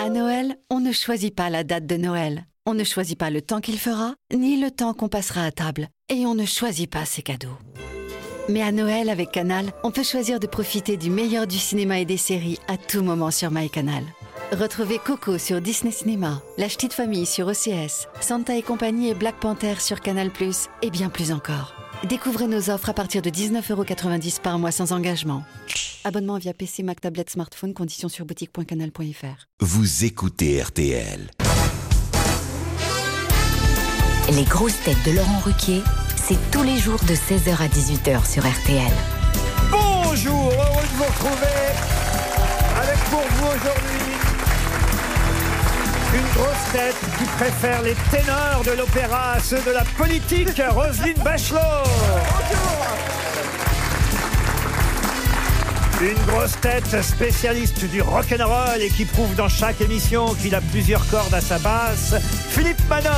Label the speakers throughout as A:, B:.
A: À Noël, on ne choisit pas la date de Noël. On ne choisit pas le temps qu'il fera, ni le temps qu'on passera à table. Et on ne choisit pas ses cadeaux. Mais à Noël, avec Canal, on peut choisir de profiter du meilleur du cinéma et des séries à tout moment sur MyCanal. Retrouvez Coco sur Disney Cinéma, La Ch'tite Famille sur OCS, Santa et compagnie et Black Panther sur Canal+, et bien plus encore. Découvrez nos offres à partir de 19,90€ par mois sans engagement. Abonnement via PC, Mac, tablette, smartphone, conditions sur boutique.canal.fr.
B: Vous écoutez RTL.
C: Les grosses têtes de Laurent Ruquier, c'est tous les jours de 16h à 18h sur RTL.
D: Bonjour, heureux de vous retrouver avec pour vous aujourd'hui une grosse tête qui préfère les ténors de l'opéra à ceux de la politique, Roselyne Bachelot. Une grosse tête spécialiste du rock'n'roll et qui prouve dans chaque émission qu'il a plusieurs cordes à sa basse, Philippe Manon.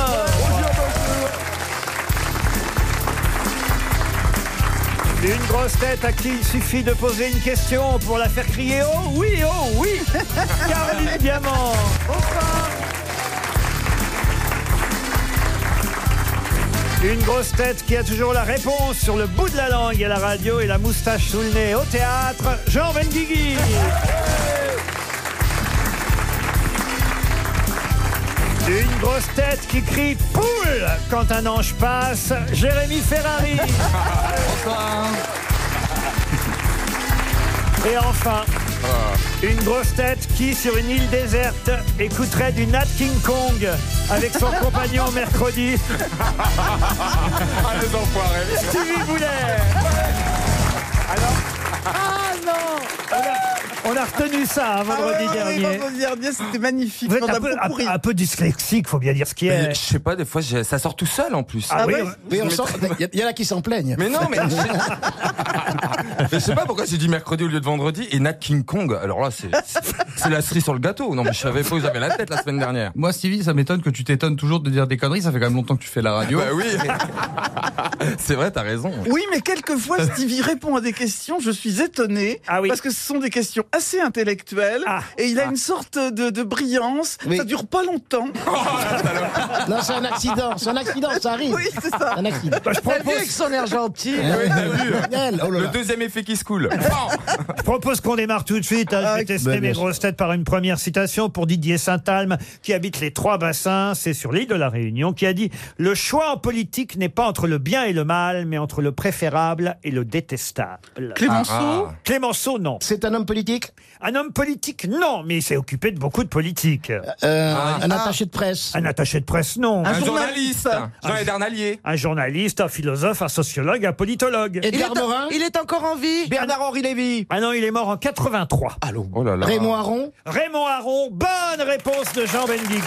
D: Une grosse tête à qui il suffit de poser une question pour la faire crier Oh oui, oh oui Caroline Diamant Une grosse tête qui a toujours la réponse sur le bout de la langue à la radio et la moustache sous le nez au théâtre, Jean Benguigui Une grosse tête qui crie poule quand un ange passe, Jérémy Ferrari. Et enfin, une grosse tête qui, sur une île déserte, écouterait du Nat King Kong avec son compagnon mercredi,
E: ah, les enfoirés.
D: Stevie Boulet. Alors,
F: Ah non
D: on a, on a retenu ça
F: Ah
D: hein,
E: Ah
D: vendredi dernier.
F: vendredi dernier, c'était magnifique.
D: Vous êtes
F: On a
D: un peu,
F: beaucoup ri.
D: un- un peu dyslexique, faut bien dire ce qui
E: Mais
D: est.
E: Je sais pas, des fois, j'ai- ça sort tout seul en plus.
D: Ah oui,
F: ouais
G: Oui, on sent. Il y, en a qui s'en plaignent.
E: Mais non, mais je... je sais pas pourquoi j'ai dit mercredi au lieu de vendredi et Nat King Kong. Alors là, c'est c'est la cerise sur le gâteau. Non, mais je savais pas, vous avez la tête la semaine dernière.
H: Moi, Stevie, ça m'étonne que tu t'étonnes toujours de dire des conneries. Ça fait quand même longtemps que tu fais la radio.
E: Bah oui, c'est vrai, t'as raison.
F: Oui, mais quelquefois, Stevie répond à des questions, je suis étonné,
D: Ah oui.
F: parce que ce sont des questions assez intellectuelles,
D: Ah.
F: et il a une sorte de, de brillance,
G: Oui.
F: ça dure pas longtemps.
E: Ah.
G: Non, c'est un accident. C'est un accident, ça arrive.
F: Oui, c'est ça.
G: Un accident.
D: Bah, je, propose,
G: son air gentil.
E: Oui, t'as vu
G: Daniel, oh là
E: Le
G: là.
E: deuxième effet qui se coule.
D: je propose qu'on démarre tout de suite. hein,
F: Ah,
D: je vais tester
G: bah, bien
D: mes
G: sûr.
D: grosses têtes par une première citation pour Didier Saint-Alme, qui habite les Trois Bassins, c'est sur l'île de la Réunion, qui a dit Le choix en politique n'est pas entre le bien et le mal, mais entre le préférable et le détestable.
F: Clémenceau
E: Ah.
D: Clémenceau, non.
G: C'est un homme politique
D: Un homme politique, non, mais il s'est occupé de beaucoup de politique.
G: Euh, Un attaché de presse
D: Un attaché de presse, non.
E: Un
F: Un
E: journaliste,
F: journaliste.
E: Jean Edernalier.
D: Un journaliste, un philosophe, un sociologue, un politologue.
G: Edgar
E: Ah.
G: Morin
F: encore en vie
G: Bernard-Henri Lévy
D: Ah non, il est mort en 83.
E: Oh là là.
G: Raymond Aron
D: Raymond Aron, bonne réponse de Jean Benguigui.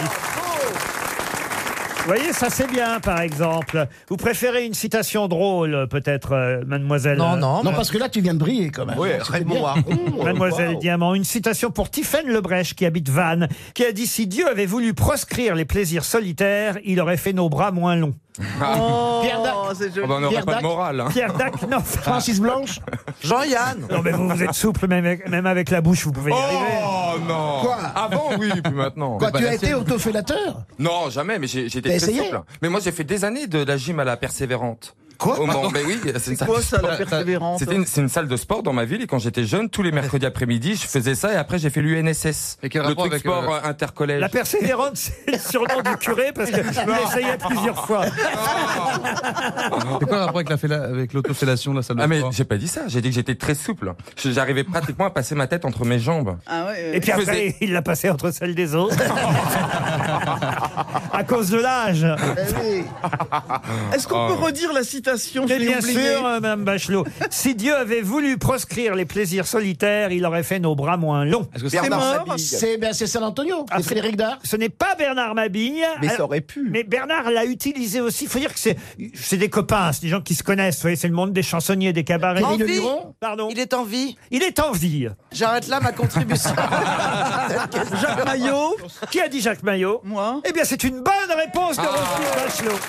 D: Vous voyez, ça c'est bien, par exemple. Vous préférez une citation drôle, peut-être, euh, mademoiselle euh,
G: Non, parce que là, tu viens de briller quand même.
E: Ouais,
G: C'était
E: Raymond
G: bien.
D: Mademoiselle Diamant, une citation pour Tiffaine Lebrèche qui habite Vannes, qui a dit Si Dieu avait voulu proscrire les plaisirs solitaires, il aurait fait nos bras moins longs.
F: Oh,
G: Pierre Dac.
F: c'est
E: Oh
F: joli.
E: bah, on n'aurait
G: Pierre
E: pas de
G: Dac.
E: morale. hein.
D: Pierre Dac, non.
G: Francis Blanche
F: Jean-Yann
D: Non, mais vous, vous êtes souple, même, avec- même avec la bouche, vous pouvez y arriver.
E: Oh non
G: Quoi
E: Avant oui, puis maintenant.
G: Quoi,
E: Bah,
G: tu
E: la
G: as été
E: scène.
G: autofélateur
E: Non, jamais, mais j'ai j'ai été
G: T'as
E: très
G: essayé
E: souple. Mais moi j'ai fait des années de la gym à la persévérante.
G: Quoi
E: Au Mans. Ben oui, c'est
F: C'est
E: une salle
F: quoi
E: de
F: ça, la
E: sport.
F: persévérante
E: C'était une- C'est une salle de sport dans ma ville et quand j'étais jeune, tous les mercredis après-midi, je faisais ça et après j'ai fait l'UNSS.
H: Et quel
E: le
H: rapport
E: truc
H: avec,
E: sport
H: euh,
E: euh, intercollège.
D: La persévérante, c'est le surnom du curé parce qu'il essayait plusieurs fois.
H: C'est quoi le rapport avec la féla- avec l'autofellation, la salle de
E: Ah mais
H: sport
E: j'ai pas dit ça, j'ai dit que j'étais très souple. Je- J'arrivais pratiquement à passer ma tête entre mes jambes.
F: Ah ouais, ouais.
D: Et puis après,
E: faisais-
D: il l'a passé entre celles des autres. à cause de l'âge.
E: Ah.
F: Est-ce qu'on
E: Oh.
F: peut redire la citation
D: Mais
F: Je l'ai
D: bien
F: oubliée.
D: sûr, euh, Madame Bachelot, si Dieu avait voulu proscrire les plaisirs solitaires, il aurait fait nos bras moins longs.
H: Est-ce que
F: C'est mort
G: C'est ben, c'est San Antonio.
D: Ah,
G: C'est Frédéric Dard.
D: Ce n'est pas Bernard Mabille. Alors-
F: aurait pu.
D: Mais Bernard l'a utilisé aussi. Il faut dire que c'est c'est des copains, c'est des gens qui se connaissent. Vous voyez, c'est le monde des chansonniers, des cabarets.
G: Thierry Le Luron
D: Pardon.
I: Il est en vie.
D: Il est en vie.
I: J'arrête là ma contribution.
F: Jacques Maillot,
D: Qui a dit Jacques Maillot
F: moi.
D: Eh bien, c'est une bonne réponse de Roselyne Bachelot.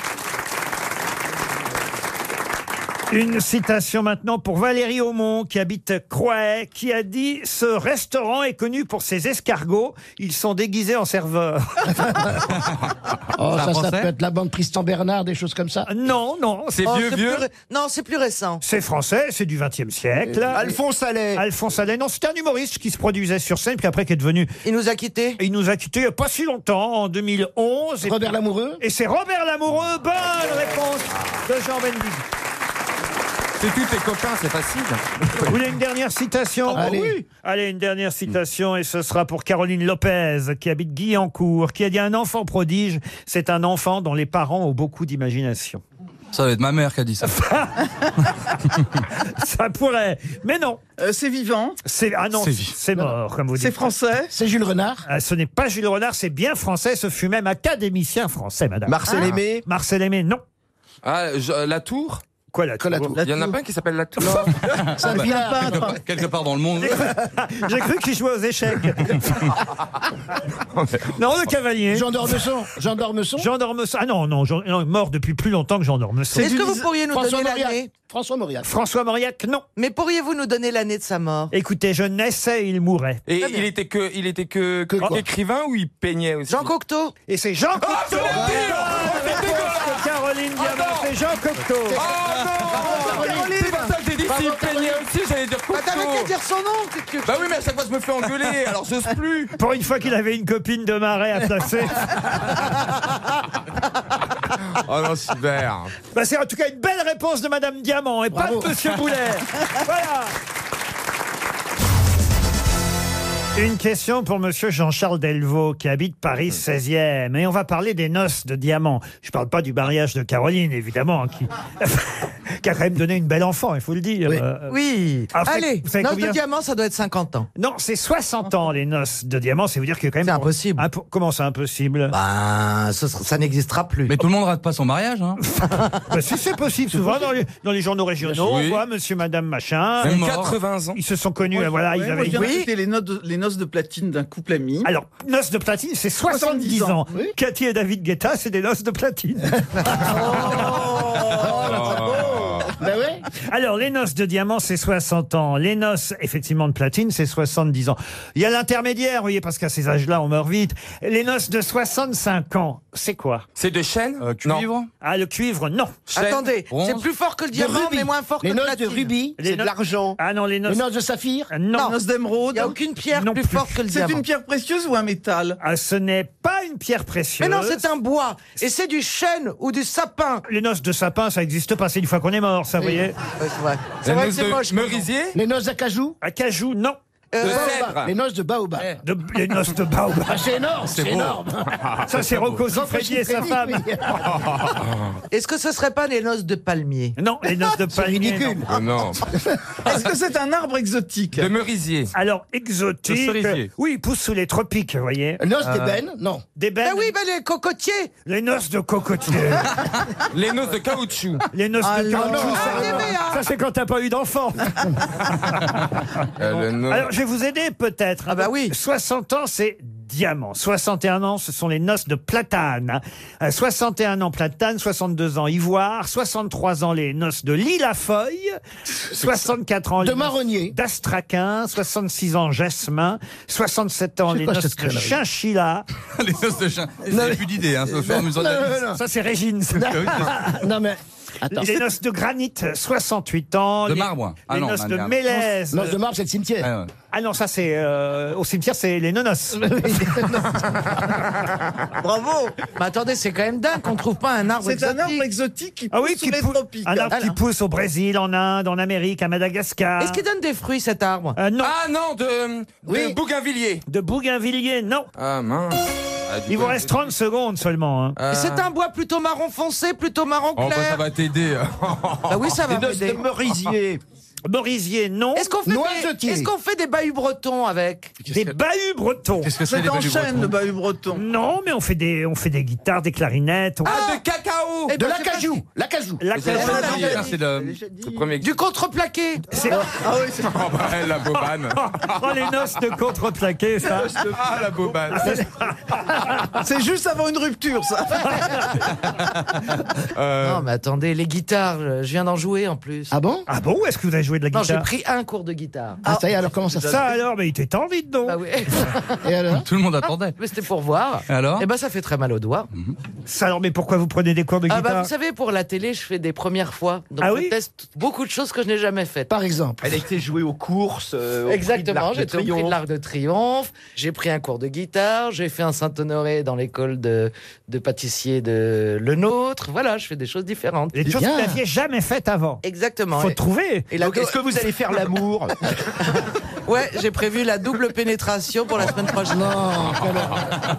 D: Une citation maintenant pour Valérie Aumont, qui habite Croix, qui a dit Ce restaurant est connu pour ses escargots. Ils sont déguisés en serveurs.
G: Oh,
H: C'est
G: ça,
H: un
G: ça
H: Français
G: peut être la bande Tristan Bernard, des choses comme
D: Ah,
G: ça.
D: Non, non. Oh,
E: C'est vieux, vieux.
I: Non, c'est plus récent.
D: C'est français, c'est du XXe siècle.
I: Alphonse Allais,
D: Alphonse Allais, non, c'était un humoriste qui se produisait sur scène, puis après qui est devenu.
I: il nous a quittés.
D: Il nous a quittés il n'y a pas si longtemps, en 2011. Et,
G: Robert Lamoureux
D: et c'est Robert Lamoureux. Bonne réponse de Jean Benguigui.
E: C'est tous tes copains, c'est facile.
D: Vous voulez une dernière citation
G: bah Allez. oui.
D: Allez, une dernière citation, et ce sera pour Caroline Lopez, qui habite Guyancourt, qui a dit Un enfant prodige, c'est un enfant dont les parents ont beaucoup d'imagination.
E: Ça va être ma mère qui a dit ça.
D: Ça pourrait, mais non.
F: Euh, c'est vivant,
D: C'est ah non,
E: C'est vie.
D: c'est mort, comme vous dites.
F: c'est français.
G: C'est Jules Renard
D: Ah, ce n'est pas Jules Renard, c'est bien français. Ce fut même académicien français, madame.
J: Marcel Aimé,
D: Marcel Aimé, non.
E: Ah, je- la tour
D: Quoi là
G: Colle à tout.
E: Il y en a pas un qui s'appelle la tour.
G: C'est un vilain peintre.
E: Quelque part dans le monde.
D: J'ai cru qu'il jouait aux échecs. non, le cavalier.
G: Jean d'Ormesson. Jean d'Ormesson.
D: Jean Dormeson. Ah non, non, Jean- non, mort depuis plus longtemps que Jean Dormeson.
I: Est-ce
F: du
I: que vous
F: Lisa-
I: pourriez nous
G: François
I: donner
G: Mauriac.
I: l'année
G: François Mauriac.
D: François Mauriac, non.
I: Mais pourriez-vous nous donner l'année de sa mort
D: Écoutez, je naissais, il mourait.
E: Et il était que, il était que,
G: Que quoi
E: écrivain ou il peignait aussi
I: Jean Cocteau
D: Et c'est Jean Cocteau.
E: cela dit, oh,
D: Bonne
E: c'était
D: réponse de Caroline Diamant,
E: non.
D: c'est Jean Cocteau.
E: Oh non C'est pour ça que j'ai dit s'il peignait aussi, j'allais dire
I: Bah t'avais qu'à
E: Cocteau.
I: dire son nom qu'est-ce que-
E: Bah oui, mais à chaque fois, je me fais engueuler, alors j'ose plus.
D: Pour une fois qu'il avait une copine de marais à placer.
E: Oh non, super.
D: Bah, c'est en tout cas une belle réponse de Madame Diamant et
G: Bravo.
D: pas de Monsieur Boulet. voilà. Une question pour Monsieur Jean-Charles Delvaux qui habite Paris 16e et on va parler des noces de diamant. Je parle pas du mariage de Caroline évidemment hein, qui, qui a quand même donné une belle enfant, il faut le dire.
G: Oui.
D: Euh,
I: Oui.
D: Ah, vous savez-
I: Allez,
D: vous savez
I: Noce
D: combien
I: de diamant, ça doit être 50 ans.
D: Non, c'est 60 ans les noces de diamant, c'est vous dire que quand même
J: C'est impossible.
D: Impo- comment c'est impossible
J: Ben, ce sera- ça n'existera plus.
H: Mais tout le monde rate pas son mariage, hein.
D: Bah, Si c'est possible, souvent dans les, dans les journaux régionaux,
E: Oui.
D: on voit Monsieur, Madame, machin.
E: Même
H: mort.
E: 80 Ah, ans.
D: Ils se sont connus,
F: Ouais,
D: voilà,
F: ouais,
D: ils
F: moi,
D: avaient
F: je viens d'écouter les, notes de- les noces de platine d'un couple ami.
D: Alors, noces de platine, c'est 70,
F: 70
D: ans.
F: ans.
G: Oui.
D: Cathy et David Guetta, c'est des noces de platine.
F: Oh.
G: Bah ouais.
D: Alors, les noces de diamant, c'est 60 ans. Les noces, effectivement, de platine, c'est 70 ans. Il y a l'intermédiaire, vous voyez, parce qu'à ces âges-là, on meurt vite. Les noces de 65 ans, c'est quoi
E: C'est de chêne
H: Euh, Cuivre
D: Ah, le cuivre, non.
E: Chêne,
I: Attendez,
E: bronze.
I: c'est plus fort que le
G: De
I: diamant,
G: rubis.
I: mais moins fort que
G: Les
I: le
G: noces de
I: platine.
G: rubis.
D: Les
J: C'est de
D: noces-
J: l'argent.
D: Ah non, les
G: Les
D: noces...
G: noces de saphir.
D: euh, Non.
I: Non.
F: Noces
I: Il
F: d'émeraude.
I: n'y a aucune pierre
D: Non
I: plus,
D: plus.
I: forte que le
F: C'est
I: diamant.
F: une pierre précieuse ou un métal
D: Ah, ce n'est pas une pierre précieuse.
I: Mais non, c'est un bois. Et c'est du chêne ou du sapin.
D: Les noces de sapin, ça n'existe pas. C'est une fois qu'on est mort, ça, vous voyez.
I: Ouais, c'est vrai. C'est
E: La
I: vrai que
E: noce
I: c'est
E: de
I: moche. comme nom.
E: Merisier
G: Les noces d'acajou.
D: À cajou, non.
E: De
I: Euh,
G: Les
E: cèdre
G: noces de baobab.
D: De, les noces de baobab.
G: Ah, c'est énorme. C'est énorme.
D: Ça, c'est Rocco Siffredi et sa femme.
I: Est-ce que ce serait pas les noces de palmier
D: Non, les noces de palmier. non.
G: Ridicule.
E: Oh Non.
F: Est-ce que c'est un arbre exotique
E: De merisier.
D: Alors, exotique.
H: Le cerisier.
D: Oui, il pousse sous les tropiques, vous voyez.
G: Les noces d'ébène. Non.
D: Des belles,
I: Ben oui, ben les cocotiers
D: les noces de cocotier,
E: Les noces de caoutchouc.
D: les noces de
I: Alors.
D: caoutchouc. ça,
I: Ah,
D: non.
I: mais, ah.
D: Ça, c'est quand t'as pas eu d'enfant.
E: Euh, le nom-
D: Alors, je vais vous aider peut-être.
I: Ah bah oui.
D: 60 ans, c'est diamant. 61 ans, ce sont les noces de platane. Euh, 61 ans, platane. 62 ans, ivoire. 63 ans, les noces de lille à feuille. 64 ans, les
G: De
D: noces
G: marronnier.
D: d'astraquin. 66 ans, jasmin. 67 ans,
G: C'est
D: les
G: quoi
D: noces
G: cette
D: de
G: connerie
D: chinchilla.
H: Les noces de chien. J'ai plus d'idées, hein. Ça fait un amusant de la vie.
D: Ça, c'est Régine. ça.
G: Non mais. Attends.
D: Les noces de granit, 68 ans.
H: De
D: Les-
H: marbre. Ah
D: les
H: non,
D: noces
H: non,
D: de
H: non.
D: mélèze.
G: Noces de marbre, c'est le cimetière.
H: Ah, ouais.
D: Ah non, ça c'est euh, au cimetière, c'est les nonos.
I: Bravo Mais attendez, c'est quand même dingue qu'on trouve pas un arbre
F: C'est un arbre
I: exotique.
F: exotique qui pousse
D: Ah oui,
F: sous les
D: pou-
F: tropiques.
D: un arbre qui
I: Voilà.
D: pousse au Brésil, en Inde, en Amérique, à Madagascar.
I: Est-ce qu'il donne des fruits, cet arbre
D: Euh, non,
E: Ah non, de, de
G: Oui.
E: Bougainvilliers.
D: de Bougainvilliers, non.
E: Ah mince. Ah, du
D: Il
E: coup,
D: vous reste 30 secondes seulement. hein.
J: Ah.
E: euh,
I: Et C'est un bois plutôt marron foncé, plutôt marron
E: Oh, bah,
I: clair.
E: ça va t'aider.
I: Bah oui, ça va. m'aider.
F: merisier.
K: Ah,
D: Merisier, non.
I: Est-ce qu'on fait, des...
G: Noisetier.
I: Est-ce qu'on fait des bahuts bretons avec
D: Des bahuts bretons.
H: Qu'est-ce que c'est
F: C'est
H: les
F: en bah,
H: baluchons
K: Mm.
F: chêne, le bahut breton.
D: Non, mais on fait des, on fait des guitares, des clarinettes. on-
E: Ah, de cacao
I: Bravo
J: Eh ben,
G: De l'acajou, l'acajou.
E: L'acajou.
G: L'acajou.
E: Ah, c'est le- le premier.
I: Du contreplaqué
F: Ah
E: Oh, bah, elle, la bobane.
D: Oh, les noces de contreplaqué, ça.
E: Ah, la bobane.
F: C'est juste avant une rupture, ça.
E: Euh,
J: Non, mais attendez, les guitares, je je viens d'en jouer en plus.
G: Ah bon
D: Ah bon, est-ce que vous avez joué de la
J: non, j'ai
D: guitare
J: pris un cours de guitare.
G: Ah ça y est, alors comment ça se
D: Ça alors, mais il était en vide, non
J: Ah oui.
G: Et alors
H: Tout le monde attendait.
J: mais c'était pour voir.
H: Et alors
J: Eh ben, ça fait très mal aux doigts.
D: Ça alors, mais pourquoi vous prenez des cours de
J: Ah
D: guitare
J: bah, vous savez, pour la télé, je fais des premières fois. Donc
D: Ah
J: je
D: oui
J: teste beaucoup de choses que je n'ai jamais faites.
G: Par exemple.
K: Elle a été jouée aux courses. euh, au prix de
J: Exactement,
K: l'Arc de
J: j'ai été au prix de
K: Triomphe.
J: l'Arc de Triomphe, j'ai pris un cours de guitare, j'ai fait un Saint-Honoré dans l'école de, de pâtissier de Le Nôtre. Voilà, je fais des choses différentes.
D: Les choses que vous
G: Bien.
D: n'aviez jamais faites avant.
J: Exactement.
D: Faut
J: Et-
D: trouver.
J: et la
K: Donc,
J: do-
K: est-ce que vous allez faire l'amour
J: Ouais, j'ai prévu la double pénétration pour la semaine prochaine.
G: Non, quelle horreur.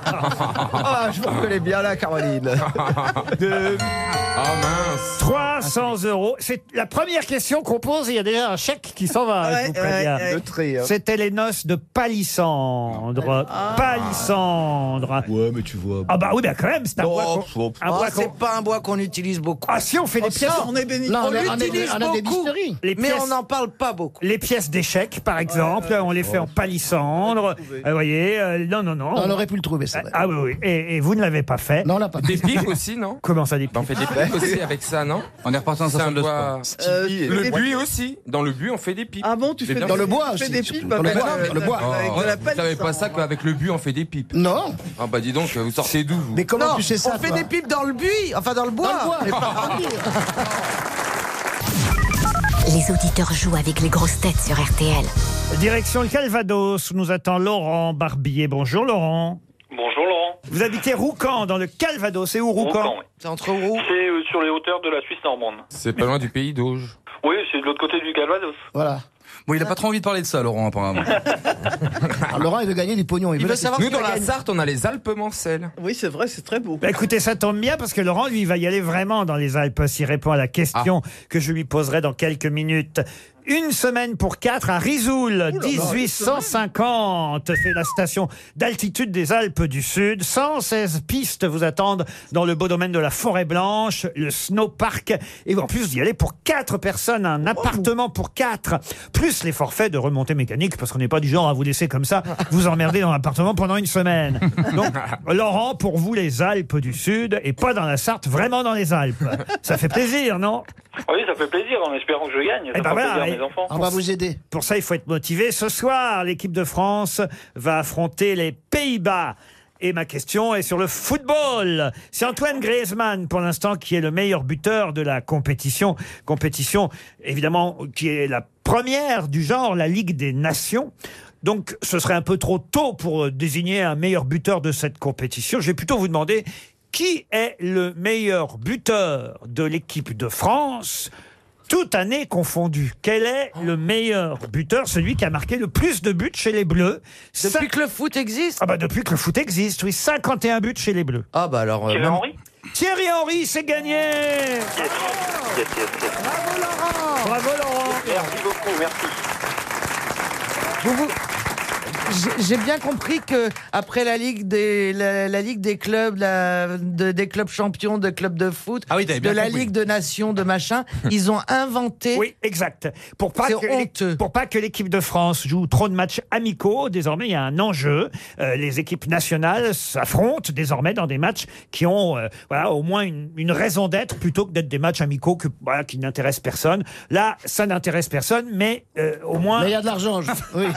K: Ah, je vous reconnais bien là, Caroline.
E: Ah, mince.
D: 300 euros. C'est la première question qu'on pose. Il y a déjà un chèque qui s'en va. je vous préviens.
K: Le trait. hein.
D: C'était les noces de Palissandre.
J: Ah.
D: Palissandre.
K: Ouais, mais tu vois.
D: Ah bah oui, bah quand même, c'est un
K: Oh,
D: bois qu'on-
K: pff, oh, pff.
D: un
J: Oh,
D: bois qu'on-
J: c'est pas un bois qu'on utilise beaucoup.
D: Ah si, on fait les pièces,
F: on est béni.
G: Là, on,
J: On
G: a- on a,
J: l'utilise
G: on a des
J: beaucoup.
G: distilleries.
D: les
J: Mais
D: pièces,
J: on n'en parle pas beaucoup.
D: les pièces d'échecs, par exemple, on les fait en palissandre. Vous voyez, euh, non, non, non.
G: On aurait pu le trouver, ça. d'ailleurs.
D: Ah oui, oui. Et, et vous ne l'avez pas fait.
G: Non, on l'a pas.
E: Des pics aussi, non
D: Comment ça dit
E: Bah, on fait des pics aussi avec ça, non
H: On est reparti dans
E: C'est
H: sa
E: un
H: salle de sport.
E: bois-
F: euh,
E: Le buis aussi. Dans le buis, on fait des pipes.
F: Ah bon, tu
E: C'est
F: fais
E: bien
F: des-
E: fait.
G: le bois
F: tu fais
G: aussi,
F: des
G: surtout.
F: pipes
G: Dans le
F: avec, euh,
G: bois,
F: avec-
G: le bois.
F: avec
E: Oh,
F: de la
E: vous savez
F: palissandre.
E: pas ça qu'avec le buis, on fait des pipes.
G: Non.
E: Ah bah dis donc, vous sortez d'où vous
G: Mais comment
J: Non,
G: tu sais ça
J: on fait
G: toi
J: des pipes dans le buis, enfin dans le bois.
G: Dans le bois. Ah.
C: Les auditeurs jouent avec les grosses têtes sur RTL.
D: Direction le Calvados, où nous attend Laurent Barbier. Bonjour Laurent.
L: Bonjour Laurent.
D: Vous habitez Roucan, dans le Calvados. C'est où Roucan
L: Roucan, oui.
J: C'est entre roues.
L: C'est euh, sur les hauteurs de la Suisse normande.
E: C'est pas loin du pays d'Auge.
L: Oui, c'est de l'autre côté du Calvados.
G: Voilà.
H: Bon, il a pas trop envie de parler de ça, Laurent, apparemment.
G: Alors, Ah, Laurent, il veut gagner du pognon. Il,
J: Il
G: veut
J: veut savoir
E: Nous
J: qui
E: dans
J: va
E: la
J: gagner.
E: Sarthe, on a les Alpes Mancelles.
F: Oui, c'est vrai, c'est très beau.
D: Bah, écoutez, ça tombe bien parce que Laurent, lui, il va y aller vraiment dans les Alpes s'il répond à la question que je lui poserai dans quelques minutes. Une semaine pour quatre à Risoul, 1850. C'est la station d'altitude des Alpes du Sud. 116 pistes vous attendent dans le beau domaine de la Forêt Blanche, le Snow Park. Et en plus, vous y allez pour quatre personnes, un appartement pour quatre, plus les forfaits de remontée mécanique, parce qu'on n'est pas du genre à vous laisser comme ça, vous emmerder dans l'appartement pendant une semaine. Donc, Laurent, pour vous, les Alpes du Sud, et pas dans la Sarthe, vraiment dans les Alpes. Ça fait plaisir, non
L: Oui, ça fait plaisir en espérant que je gagne. Ça
D: Eh ben
L: fera
D: voilà,
L: plaisir à
D: et-
L: mes enfants.
G: On va vous aider.
D: Pour ça, il faut être motivé. Ce soir, l'équipe de France va affronter les Pays-Bas. Et ma question est sur le football. C'est Antoine Griezmann, pour l'instant, qui est le meilleur buteur de la compétition. Compétition, évidemment, qui est la première du genre, la Ligue des Nations. Donc, ce serait un peu trop tôt pour euh, désigner un meilleur buteur de cette compétition. Je vais plutôt vous demander qui est le meilleur buteur de l'équipe de France toute année confondue. Quel est le meilleur buteur, celui qui a marqué le plus de buts chez les Bleus Cin-
J: Depuis que le foot existe.
D: Ah bah depuis que le foot existe, oui, 51 buts chez les Bleus.
J: Ah bah alors. euh,
L: Thierry
J: même-
L: Henry
D: Thierry Henry, c'est gagné
L: Yes, yes, yes, yes.
D: Bravo Laurent
L: Merci beaucoup, merci.
J: vous- vous- j'ai- J'ai bien compris que après la ligue des la, la ligue des clubs la- de- des clubs champions de clubs de foot
H: Ah oui, t'avais
J: de
H: bien
J: la
H: compris.
J: ligue de nations de machin ils ont inventé
D: Oui, exact. Pour pas,
J: C'est
D: que l'équ-
J: honteux.
D: pour pas que l'équipe de France joue trop de matchs amicaux, désormais il y a un enjeu. Euh, les équipes nationales s'affrontent désormais dans des matchs qui ont euh, voilà, au moins une, une raison d'être plutôt que d'être des matchs amicaux que, voilà, qui n'intéressent personne. Là, ça n'intéresse personne, mais euh, au moins,
G: Mais il y a de l'argent. je- Oui.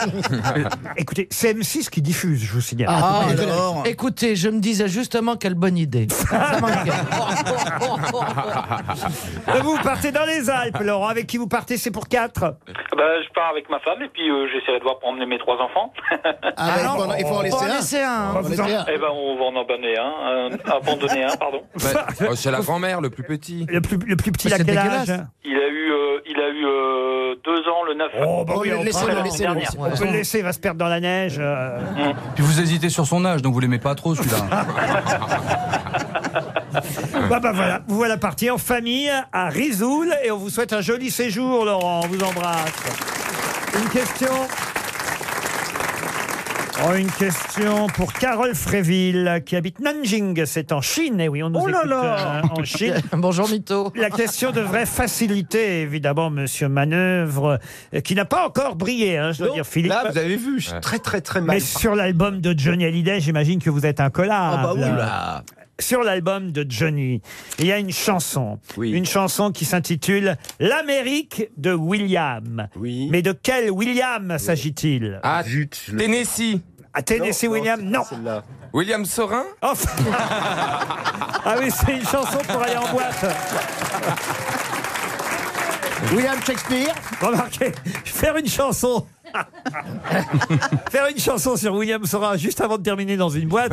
D: écoutez, c'est M6 qui diffuse, je vous signale.
F: Ah,
G: c'est pas-
F: alors.
J: écoutez je me disais justement quelle bonne idée Ça manquait.
D: Euh, Vous partez dans les Alpes, Laurent. Avec qui vous partez, c'est pour 4
L: Ah bah, je pars avec ma femme et puis euh, j'essaierai de voir pour emmener mes trois enfants.
G: Ah, bah, il faut en- il faut en
J: Faut en
G: laisser un.
J: laisser un, hein.
G: On laisser un.
L: Eh ben, on va en abandonner un, un- abandonner un, pardon.
E: Bah, oh, chez la grand-mère, le plus petit.
D: le plus, le plus petit,
J: Mais
D: à
J: c'est
D: quel âge
J: dégueulasse.
L: Il a eu, euh, il a eu
J: hein.
L: euh, deux ans le 9
D: Oh, bah
G: Oh,
D: oui, on,
G: Laissez-le,
L: la
G: laissez-le.
L: dernière.
D: on peut le laisser, il va se perdre dans la neige. euh.
H: Puis vous hésitez sur son âge, donc vous l'aimez pas trop, celui-là.
D: Bah, bah, voilà, vous voilà parti en famille à Risoul et on vous souhaite un joli séjour, Laurent. On vous embrasse. Une question Oh, une question pour Carole Fréville, qui habite Nanjing, c'est en Chine. Et oui, on nous
J: Oh là
D: écoute,
J: là
D: euh, en Chine.
J: Bonjour Mito.
D: La question devrait faciliter, évidemment, Monsieur Manœuvre, euh, qui n'a pas encore brillé, hein, je dois
K: Non,
D: dire, Philippe.
K: là, vous avez vu, je suis très, très, très mal
D: Mais
K: parti.
D: sur l'album de Johnny Hallyday, j'imagine que vous êtes un collard.
K: Ah bah oui, là.
D: Sur l'album de Johnny, il y a une chanson. Une chanson qui s'intitule L'Amérique de William. Mais de quel William s'agit-il
E: Ah, Tennessee.
D: À Tennessee William, non.
E: William Sorin
D: Ah oui, c'est une chanson pour aller en boîte.
G: William Shakespeare.
D: Remarquez, faire une chanson. faire une chanson sur William Sorin juste avant de terminer dans une boîte.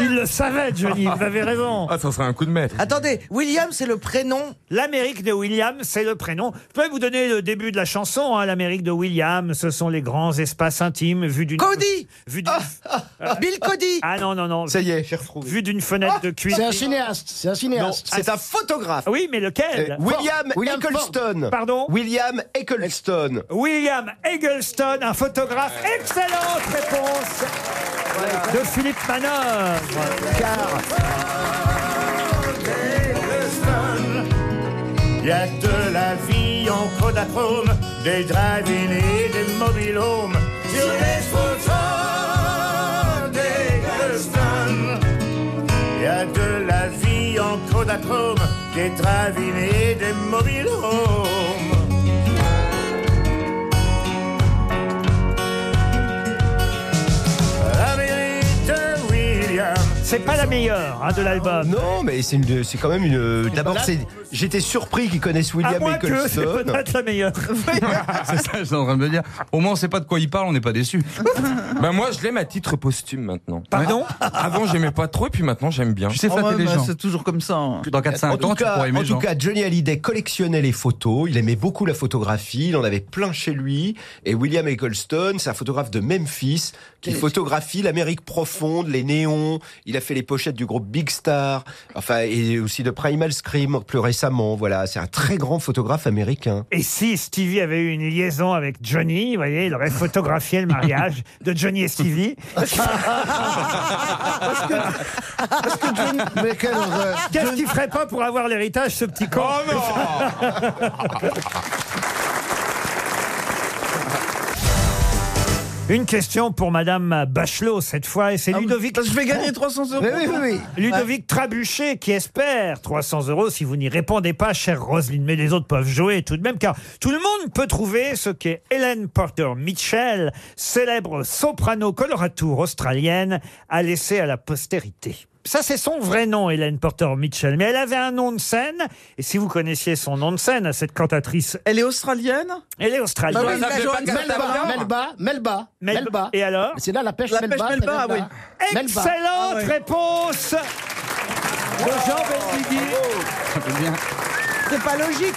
D: Il le savait, Johnny, vous avez raison.
E: Ah, ça serait un coup de maître.
D: Attendez, William, c'est le prénom L'Amérique de William, c'est le prénom. Je peux vous donner le début de la chanson. hein, L'Amérique de William, ce sont les grands espaces intimes vus d'une... Cody Bill Cody Ah non, non, non. Ça
K: y est, j'ai retrouvé.
D: Vu d'une fenêtre de cuisine.
G: C'est
D: Ah
G: un cinéaste. C'est un cinéaste.
K: C'est un photographe.
D: Oui, mais lequel
I: Eh,
K: William
D: Ford. William
K: Eccleston.
D: Ford. Pardon
K: William Eccleston.
D: William Eggleston, un photographe. Excellente réponse de Philippe Manœuvre.
M: Il y a de la vie en Kodachrome, des drive-in et des mobilhomes. Sur les photos d'Eggleston. Il y a de la vie en Kodachrome, des drive-in et des mobilhomes. Amérique de William.
D: C'est pas la meilleure hein, de l'album.
K: Ah,
G: ah,
K: Non, mais c'est une- c'est quand même une. D'abord,
D: balade.
K: c'est. J'étais surpris qu'ils connaissent
D: à
K: William
D: moins que c'est
K: Eccleston.
D: peut-être la meilleure.
H: C'est ça, je suis en train de me dire. Au moins, on sait pas de quoi il parle, on n'est pas déçu.
E: Bah moi, je l'aime à titre posthume maintenant. Ah,
D: Pardon
E: Avant, j'aimais pas trop et puis maintenant, j'aime bien.
H: Tu sais flatter les gens. bah, toujours comme ça. hein. Dans 4-5
K: En
H: ans,
K: tout,
H: tu
K: cas,
H: pourras aimer
K: en
H: les
K: tout
H: gens.
K: cas, Johnny Hallyday collectionnait les photos. Il aimait beaucoup la photographie. Il en avait plein chez lui. Et William Eggleston, c'est un photographe de Memphis qui photographie l'Amérique profonde, les néons. Il a fait les pochettes du groupe Big Star. Enfin, et aussi de Primal Scream plus récemment. Voilà, c'est un très grand photographe américain.
D: Et si Stevie avait eu une liaison avec Johnny, vous voyez, il aurait photographié le mariage de Johnny et Stevie.
G: Parce que Johnny- Mais quelle horreur.
D: Qu'est-ce qu'il ferait pas pour avoir l'héritage, ce petit con
K: Oh,
D: Une question pour Madame Bachelot cette fois, et
K: Ah
D: c'est Ludovic.
F: Je vais gagner 300 euros.
D: Oui, oui, oui, oui. Ludovic Trabuchet qui espère 300 euros si vous n'y répondez pas, chère Roselyne. Mais les autres peuvent jouer tout de même, car tout le monde peut trouver ce qu'est Helen Porter Mitchell, célèbre soprano coloratour australienne, à laisser à la postérité. Ça, c'est son vrai nom, Hélène Porter Mitchell. Mais elle avait un nom de scène. Et si vous connaissiez son nom de scène à cette cantatrice. Elle est australienne Elle est
E: Ah,
D: australienne.
E: Bah
G: Melba, Melba, Melba, Melba, Melba.
D: Et alors
G: C'est là la pêche
D: La
G: Melba.
D: pêche Melba,
G: c'est Melba.
D: oui.
G: Melba.
D: Excellente
G: Ah oui.
D: réponse de Jean Benguigui.
J: C'est pas logique.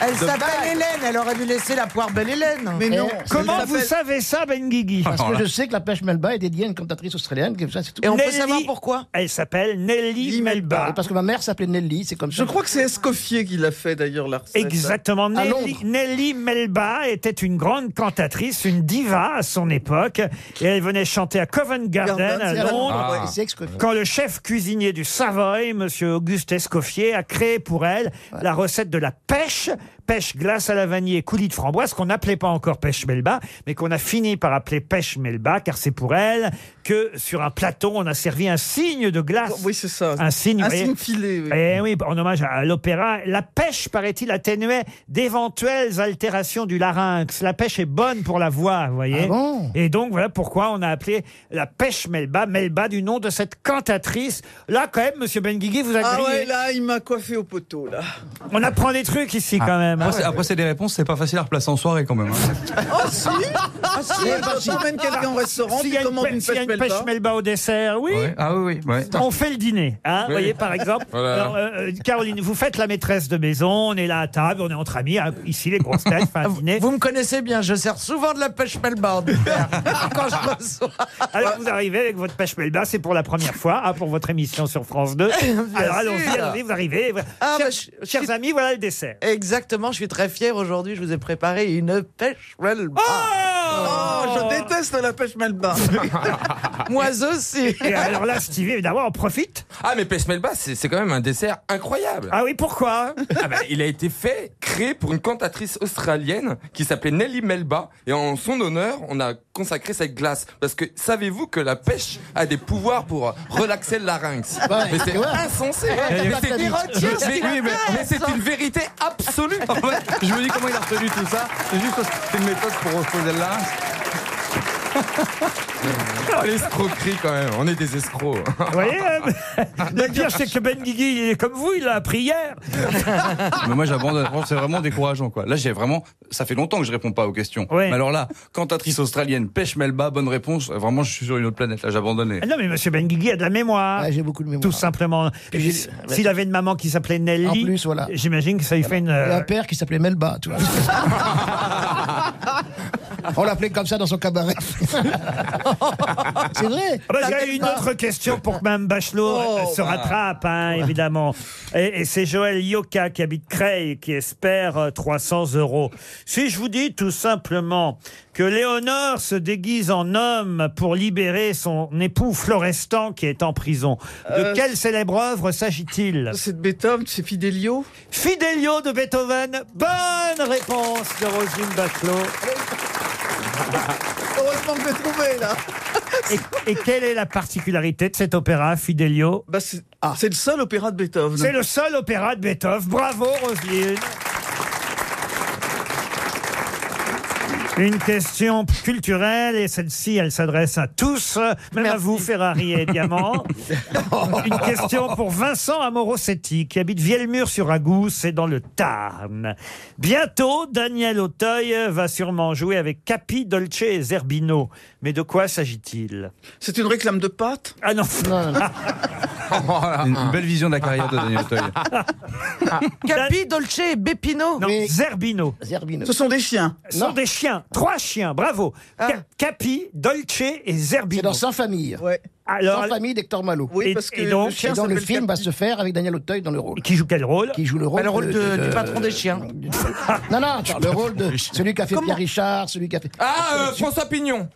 J: Elle
G: De
J: s'appelle
G: balle.
J: Hélène, elle aurait dû laisser la poire belle Hélène.
G: Mais
K: Eh,
G: non.
D: Comment
G: Elle
D: vous
G: s'appelle-
D: savez ça, Ben Guigui
G: Parce que je sais que la pêche Melba est dédiée à une cantatrice australienne. comme ça, c'est tout.
D: pourquoi Elle s'appelle Nelly Melba.
G: Parce que ma mère s'appelait Nelly, c'est comme ça.
F: Je crois que c'est Escoffier qui l'a fait d'ailleurs, la recette.
D: Exactement.
F: À
D: Nelly,
F: Londres.
D: Nelly Melba était une grande cantatrice, une diva à son époque. Et elle venait chanter à Covent Garden,
G: Garden, c'est
D: à
G: à
D: Londres.
G: Londres, ouais, Ah. c'est Escoffier.
D: Quand le chef cuisinier du Savoy, monsieur Auguste Escoffier, a créé pour elle la recette de la pêche, pêche glace à la vanille et coulis de framboise, qu'on n'appelait pas encore pêche Melba, mais qu'on a fini par appeler pêche Melba, car c'est pour elle que sur un plateau, on a servi un signe de glace.
F: Oui, c'est ça.
D: Un signe,
F: Un
D: vous voyez.
F: signe filé. oui.
D: Eh oui, en hommage à l'opéra, la pêche, paraît-il, atténuait d'éventuelles altérations du larynx. La pêche est bonne pour la voix, vous voyez.
F: Ah
D: Et donc, voilà pourquoi on a appelé la pêche Melba, Melba du nom de cette cantatrice. Là, quand même, monsieur Benguigui, vous avez
F: Ah ouais, là, il m'a coiffé au poteau, là.
D: On apprend des trucs
F: Ah.
D: ici, quand même. hein.
H: Après, c'est- après, c'est des réponses, c'est pas facile à replacer en soirée quand même. hein.
F: Oh si Ah si,
D: Ouais, bah,
F: quand
D: si.
F: t'emmènes quelqu'un au restaurant,
D: S'il y
F: tu
D: a une,
F: commandes
D: pê-
F: une
D: s'il y a
F: pêche
D: une pêche
F: melba.
D: Melba au dessert, oui.
H: Ouais. Ah oui, oui. ouais.
D: On fait le dîner, hein, vous
H: Oui.
D: voyez par exemple.
H: Voilà.
D: Alors, euh, euh, Caroline, vous faites la maîtresse de maison, on est là à table, on est entre amis, hein, ici les grosses têtes,
F: Ah,
D: fin de dîner.
J: Vous me connaissez bien, je sers souvent de la pêche Melba en hiver, quand je reçois.
D: Alors vous arrivez avec votre pêche Melba, c'est pour la première fois, hein, pour votre émission sur France 2. Alors
J: sûr.
D: allons-y, allons-y, vous arrivez. Chers- chers amis, voilà le dessert.
J: Exactement, je suis très fier aujourd'hui, je vous ai préparé une pêche Melba.
D: Oh
F: je déteste la pêche melba. Moi aussi.
D: Et alors là, Stevie, évidemment, en profite.
E: Ah, mais pêche melba, c'est c'est quand même un dessert incroyable.
D: Ah oui, pourquoi
E: Ah bah, il a été fait, créé pour une cantatrice australienne qui s'appelait Nelly Melba. Et en son honneur, on a consacré cette glace. Parce que savez-vous que la pêche a des pouvoirs pour relaxer le larynx
G: Ouais.
E: Mais c'est
G: Ouais.
E: insensé
G: Ouais,
E: Mais
G: ouais.
E: c'est-
G: Mais retiens ce qu'il
E: Mais-
G: a
E: mais-
G: fait,
E: mais c'est une vérité absolue
H: En fait, je me dis comment il a retenu tout ça. C'est juste parce que c'est une méthode pour reposer le larynx.
E: Oh, L'escroquerie quand même, on est des escrocs.
D: Vous voyez euh, Le pire, c'est que Ben Guigui, il est comme vous, il l'a appris hier.
H: Mais moi, j'abandonne. Franchement, C'est vraiment décourageant, quoi. Là, j'ai vraiment. Ça fait longtemps que je réponds pas aux questions. Mais alors là, cantatrice australienne, pêche Melba, bonne réponse. Vraiment, je suis sur une autre planète. Là, j'abandonne. les-
D: Ah Non, mais monsieur Ben Guigui a de la mémoire. J'ai beaucoup de mémoire. Tout simplement.
G: Puis j'ai-
D: S- S'il avait une maman qui s'appelait Nelly,
G: En plus, voilà.
D: j'imagine que ça lui fait une.
G: Et
D: euh,
G: un père qui s'appelait Melba, tu vois. On l'appelait comme ça dans son cabaret. C'est vrai.
D: Ah bah, J'ai une autre question pour que Mme Bachelot euh, se rattrape, hein, évidemment. Et, et c'est Joël Yoka qui habite Creil qui espère euh, 300 euros. Si je vous dis tout simplement que Léonore se déguise en homme pour libérer son époux Florestan qui est en prison, de
F: Euh,
D: quelle célèbre œuvre
I: euh,
D: s'agit-il
F: C'est de Beethoven, c'est Fidelio. Oh,
D: Fidelio de Beethoven. Bonne réponse de Rosine Bachelot.
F: Heureusement que je l'ai trouvé, là.
D: Et, et quelle est la particularité de cet opéra, Fidelio
F: Bah, c'est c'est le seul opéra de Beethoven.
D: C'est le seul opéra de Beethoven. Bravo, Roselyne. Une question culturelle, et celle-ci, elle s'adresse à tous, même à vous, Ferrari et Diamant. Une question pour Vincent Amorosetti, qui habite Vielmur-sur-Agousse, c'est dans le Tarn. Bientôt, Daniel Auteuil va sûrement jouer avec Capi, Dolce et Zerbino. Mais de quoi s'agit-il
F: C'est une réclame de pâtes
D: Ah non
H: Une, une belle vision de la carrière de Daniel Auteuil.
J: Capi, Dolce et Bepino.
D: Non, Zerbino.
G: Zerbino.
F: Ce sont des chiens.
D: Ce sont des chiens. Trois chiens, bravo. Ca- Capi, Dolce et Zerbino.
G: Ah. C'est dans Sans Famille.
F: Ouais.
D: Alors-
G: Sans Famille d'Hector Malot.
D: Oui, Et- parce que et donc- le
G: le,
D: chien
G: dans le
D: s'appelle
G: film va se faire avec Daniel Auteuil dans le rôle.
D: Qui joue quel rôle
G: Qui joue le rôle,
J: Bah, le rôle
G: de-
J: de-
G: de-
J: du patron des chiens.
G: Non, non, attends, le rôle de celui qui a fait Pierre Richard, celui qui a fait.
E: Ah, euh, François Pignon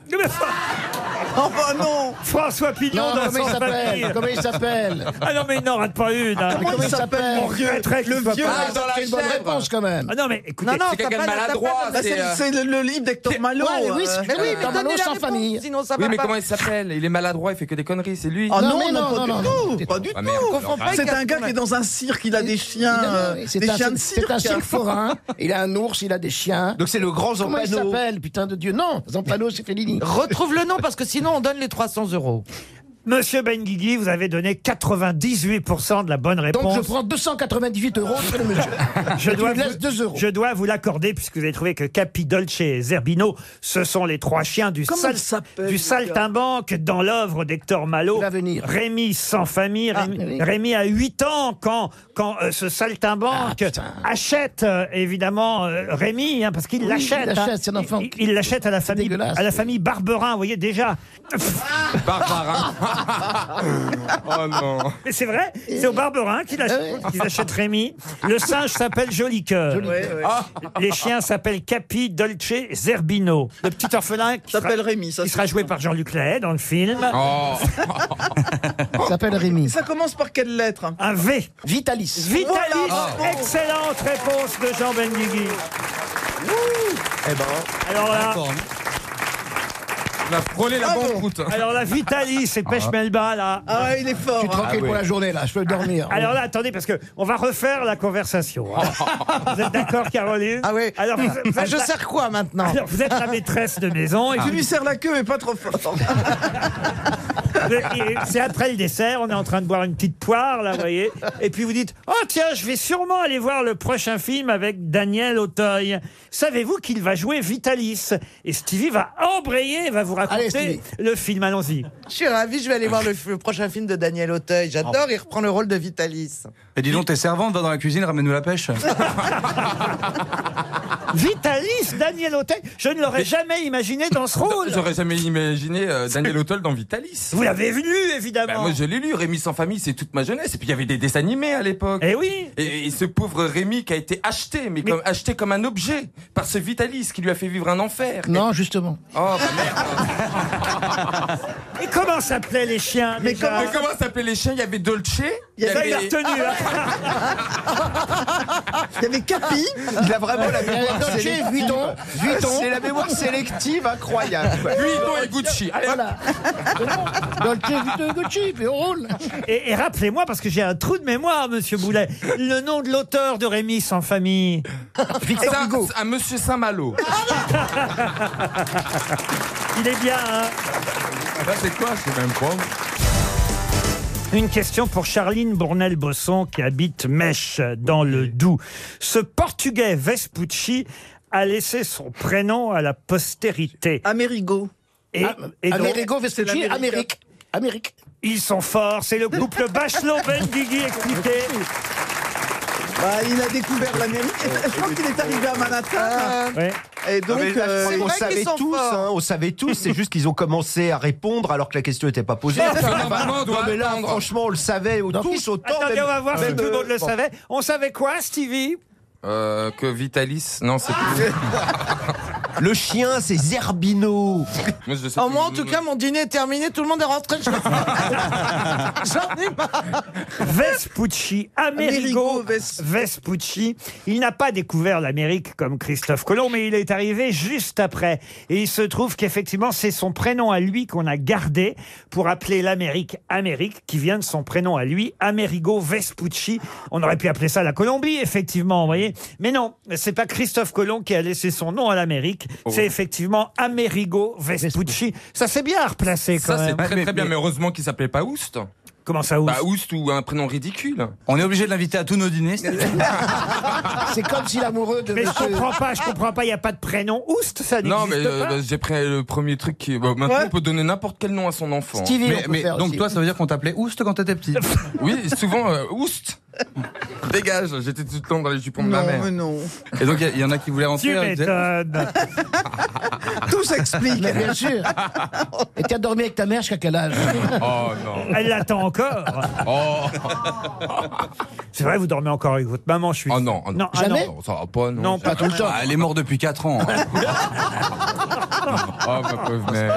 F: Oh bah
G: Ah,
F: non
D: François Pignon
G: Non,
D: dans
G: comment il
D: Sans
G: s'appelle
D: Famille.
G: Comment il s'appelle
D: Ah non, mais il n'en rate pas une. hein.
G: Mais comment il s'appelle
D: On regretterait qu'il soit
G: vieux
D: pas-
G: dans la une bonne réponse quand même.
D: Ah non, mais écoutez,
F: Non, non,
E: c'est
F: t'as pas
E: quelqu'un de
F: la- t'as
E: maladroit,
F: pas la- bah,
E: c'est,
F: C'est
E: euh,
F: c'est le, le livre d'Hector Malo.
G: Ouais, mais oui,
F: euh.
G: c'est- mais oui,
J: Mais
G: Hector
J: donnez
G: Malot
J: la
G: sans
J: réponse,
G: famille.
J: Sinon, ça
E: Oui,
J: va
E: mais
J: pas.
E: comment il s'appelle Il est maladroit, il fait que des conneries, c'est lui.
F: Ah
G: Non,
F: non, non,
G: mais non,
F: pas
G: non,
F: du
G: non.
F: tout, pas du
E: Ah,
F: tout.
E: merde, alors,
J: pas
F: C'est
J: avec
F: un gars qui est dans un cirque, il a des chiens, euh,
G: Oui,
F: des
G: C'est un,
F: chiens de
G: c'est- c'est
I: hein.
F: cirque.
G: un cirque forain. Il a un ours, il a des chiens.
K: Donc c'est le grand
G: Comment il
K: Zampano.
G: s'appelle, putain de Dieu Non, Zampano, c'est Fellini.
J: Retrouve le nom parce que sinon on donne les 300 euros.
D: monsieur Benguigui, vous avez donné 98% de la bonne
G: Donc
D: réponse.
G: je prends 298 euros, c'est le monsieur.
D: Je
G: Tu
D: dois,
G: me laisses
D: vous,
G: 2 euros.
D: je dois vous l'accorder puisque vous avez trouvé que Capi, Dolce et Zerbino, ce sont les trois chiens du,
F: Comment
D: sal-
F: il s'appelle,
D: du
F: le
D: saltimbanque dans l'œuvre d'Hector Malo.
G: Il va venir.
D: Rémi sans famille.
G: Ah,
D: Rémi,
G: oui.
D: Rémi a 8 ans quand, quand euh, ce saltimbanque
G: Ah, putain.
D: achète euh, évidemment euh, Rémi, hein, parce qu'il
G: Oui,
D: l'achète.
G: il
D: hein.
G: l'achète, c'est un enfant.
D: Il- il- il l'achète à la famille,
G: dégueulasse.
D: à la famille Barberin, vous voyez déjà.
E: Barbara. oh non.
D: Mais c'est vrai, c'est au Barberin qu'ils achètent, qu'ils achètent Rémi. Le singe s'appelle Joli Cœur.
F: Ouais, ouais.
D: Les chiens s'appellent Capi, Dolce, Zerbino. Le petit orphelin qui sera,
F: S'appelle Rémi, ça.
D: qui
F: c'est-
D: sera joué par Jean-Luc Lahaye dans le film.
E: Oh.
G: Il s'appelle Rémi.
F: Ça commence par quelle lettre hein
D: Un V.
G: Vitalis.
D: Vitalis,
F: Voilà, bravo.
D: excellente réponse de Jean Benguigui. Alors là,
H: Encore, hein.
E: On a frôlé la
F: Bravo.
E: banqueroute.
D: alors là, Vitalis et Pêche Melba, là.
F: Ah ouais, il est fort.
G: Je suis
F: hein.
G: tranquille pour la journée, là, je peux dormir.
D: Alors là, attendez, parce que on va refaire la conversation. hein. vous êtes d'accord, Caroline
J: Ah oui.
D: Alors, vous, vous
J: Ah,
D: êtes
J: je
D: la,
J: sers quoi maintenant
D: alors, vous êtes la maîtresse de maison. Et
J: Ah.
F: Tu lui serres la queue, mais pas trop fort.
D: Et- et C'est après le dessert, on est en train de boire une petite poire, là, vous voyez. Et puis vous dites, oh tiens, je vais sûrement aller voir le prochain film avec Daniel Auteuil. Savez-vous qu'il va jouer Vitalis Et Stevie va embrayer et va vous raconter le film. Allons-y.
J: Je suis ravie, je vais aller voir le, le prochain film de Daniel Auteuil. J'adore, il reprend le rôle de Vitalis.
H: Et dis donc, tes servantes, va dans la cuisine, ramène-nous la pêche.
D: Vitalis, Daniel Auteuil, je ne l'aurais jamais imaginé dans ce rôle.
E: J'aurais jamais imaginé euh, Daniel Auteuil dans Vitalis.
D: Vous l'avez lu, évidemment.
E: Bah, moi, je l'ai lu. Rémi sans famille, c'est toute ma jeunesse. Et puis, il y avait des dessins animés à l'époque.
D: Eh oui.
E: Et, et ce pauvre Rémi qui a été acheté, mais, Comme, acheté comme un objet par ce Vitalis qui lui a fait vivre un enfer.
G: Non, justement.
E: Oh, bah, merde.
D: Et comment s'appelaient les chiens
E: mais
D: déjà
E: comment, mais comment s'appelaient les chiens Il y avait Dolce.
D: Ah. Il y avait la retenue, hein.
F: Il y avait Capi.
K: Il a vraiment la mémoire
G: Eh, Dolce,
K: sélective.
G: Vuitton, Vuitton.
K: C'est la mémoire sélective incroyable.
E: Vuitton et Gucci. Allez,
G: Dolce Vito Gucci, puis on roule.
D: Et, et rappelez-moi, parce que j'ai un trou de mémoire, monsieur Boulet, le nom de l'auteur de Rémi sans famille.
E: C'est un- c'est un monsieur Saint-Malo.
D: Il est bien, hein
E: Là, c'est quoi C'est même pas.
D: Une question pour Charline Bournel-Bosson qui habite Mèche dans le Doubs. Ce portugais Vespucci a laissé son prénom à la postérité.
I: Ah,
J: Amerigo.
D: Et,
G: Ah,
D: et donc-
G: Amerigo Vespucci, Amérique. Amérique.
D: Ils sont forts, c'est le couple Bachelot-Bendigui, expliquez.
F: Bah, il a découvert l'Amérique. Je crois qu'il est arrivé à
J: Ah,
E: Ah.
J: Euh,
F: Manhattan.
D: Ouais.
F: Et donc,
K: Non, Ah, mais là,
F: euh,
K: c'est- on savait tous, hein, on savait tous. C'est juste qu'ils ont commencé à répondre alors que la question n'était pas posée.
E: Parce que
K: Enfin,
E: normalement, on doit
K: non, mais là,
E: attendre.
K: franchement, on le savait au- tous autant.
D: Attendez,
K: même-
D: on va voir si
K: même,
D: tout le monde le
K: euh, bon.
D: savait. On savait quoi, Stevie
E: Euh, que Vitalis. Non, c'est plus.
K: Le chien, c'est Zerbino.
E: Moi, je sais
J: Au
E: plus.
J: moins, en tout cas, mon dîner est terminé, tout le monde est rentré. Je- J'en ai marre.
D: Vespucci, Amerigo Vespucci. Il n'a pas découvert l'Amérique comme Christophe Colomb, mais il est arrivé juste après. Et il se trouve qu'effectivement, c'est son prénom à lui qu'on a gardé pour appeler l'Amérique Amérique, qui vient de son prénom à lui, Amerigo Vespucci. On aurait pu appeler ça la Colombie, effectivement, vous voyez. Mais non, c'est pas Christophe Colomb qui a laissé son nom à l'Amérique.
E: Oh.
D: C'est effectivement Amerigo Vespucci. Ça, c'est bien replacé quand
E: Ça, c'est
D: même.
E: très très bien, mais heureusement qu'il s'appelait pas Oust.
D: Comment ça, Oust
E: Bah, Oust ou un prénom ridicule.
H: On est obligé de l'inviter à tous nos dîners. Stevie.
G: C'est comme si l'amoureux de
D: Mais je
G: monsieur-
D: comprends pas, je comprends pas, il n'y a pas de prénom Oust, ça n'existe
E: Non, mais euh,
D: pas.
E: bah, j'ai pris le premier truc qui. bah, maintenant,
D: Ouais.
E: on peut donner n'importe quel nom à son enfant. hein.
G: Stevie, on
H: mais,
G: peut
H: mais
G: faire
H: donc
G: aussi.
H: toi, ça veut dire qu'on t'appelait Oust quand t'étais petit.
E: Oui, souvent, euh, Oust. Dégage, j'étais tout le temps dans les jupons de
K: Ah,
E: ma
F: Non,
E: mère.
F: mais non.
H: Et donc il y a- il y, en a qui voulaient
D: Tu
H: rentrer. euh, ils disaient,
D: m'étonnes.
F: Tout s'explique.
G: Mais bien sûr. Et t'as dormi avec ta mère jusqu'à quel âge
K: Ah,
E: Oh non.
D: Elle l'attend encore.
E: Oh,
D: C'est vrai, vous dormez encore avec votre maman, je suis.
E: oh non. oh non.
D: Non, ah
G: Jamais
D: non.
E: Non, ça va pas, non.
D: Non, pas tout le temps.
H: Ah, elle est morte depuis 4 ans. hein.
E: Oh, ma pauvre mère.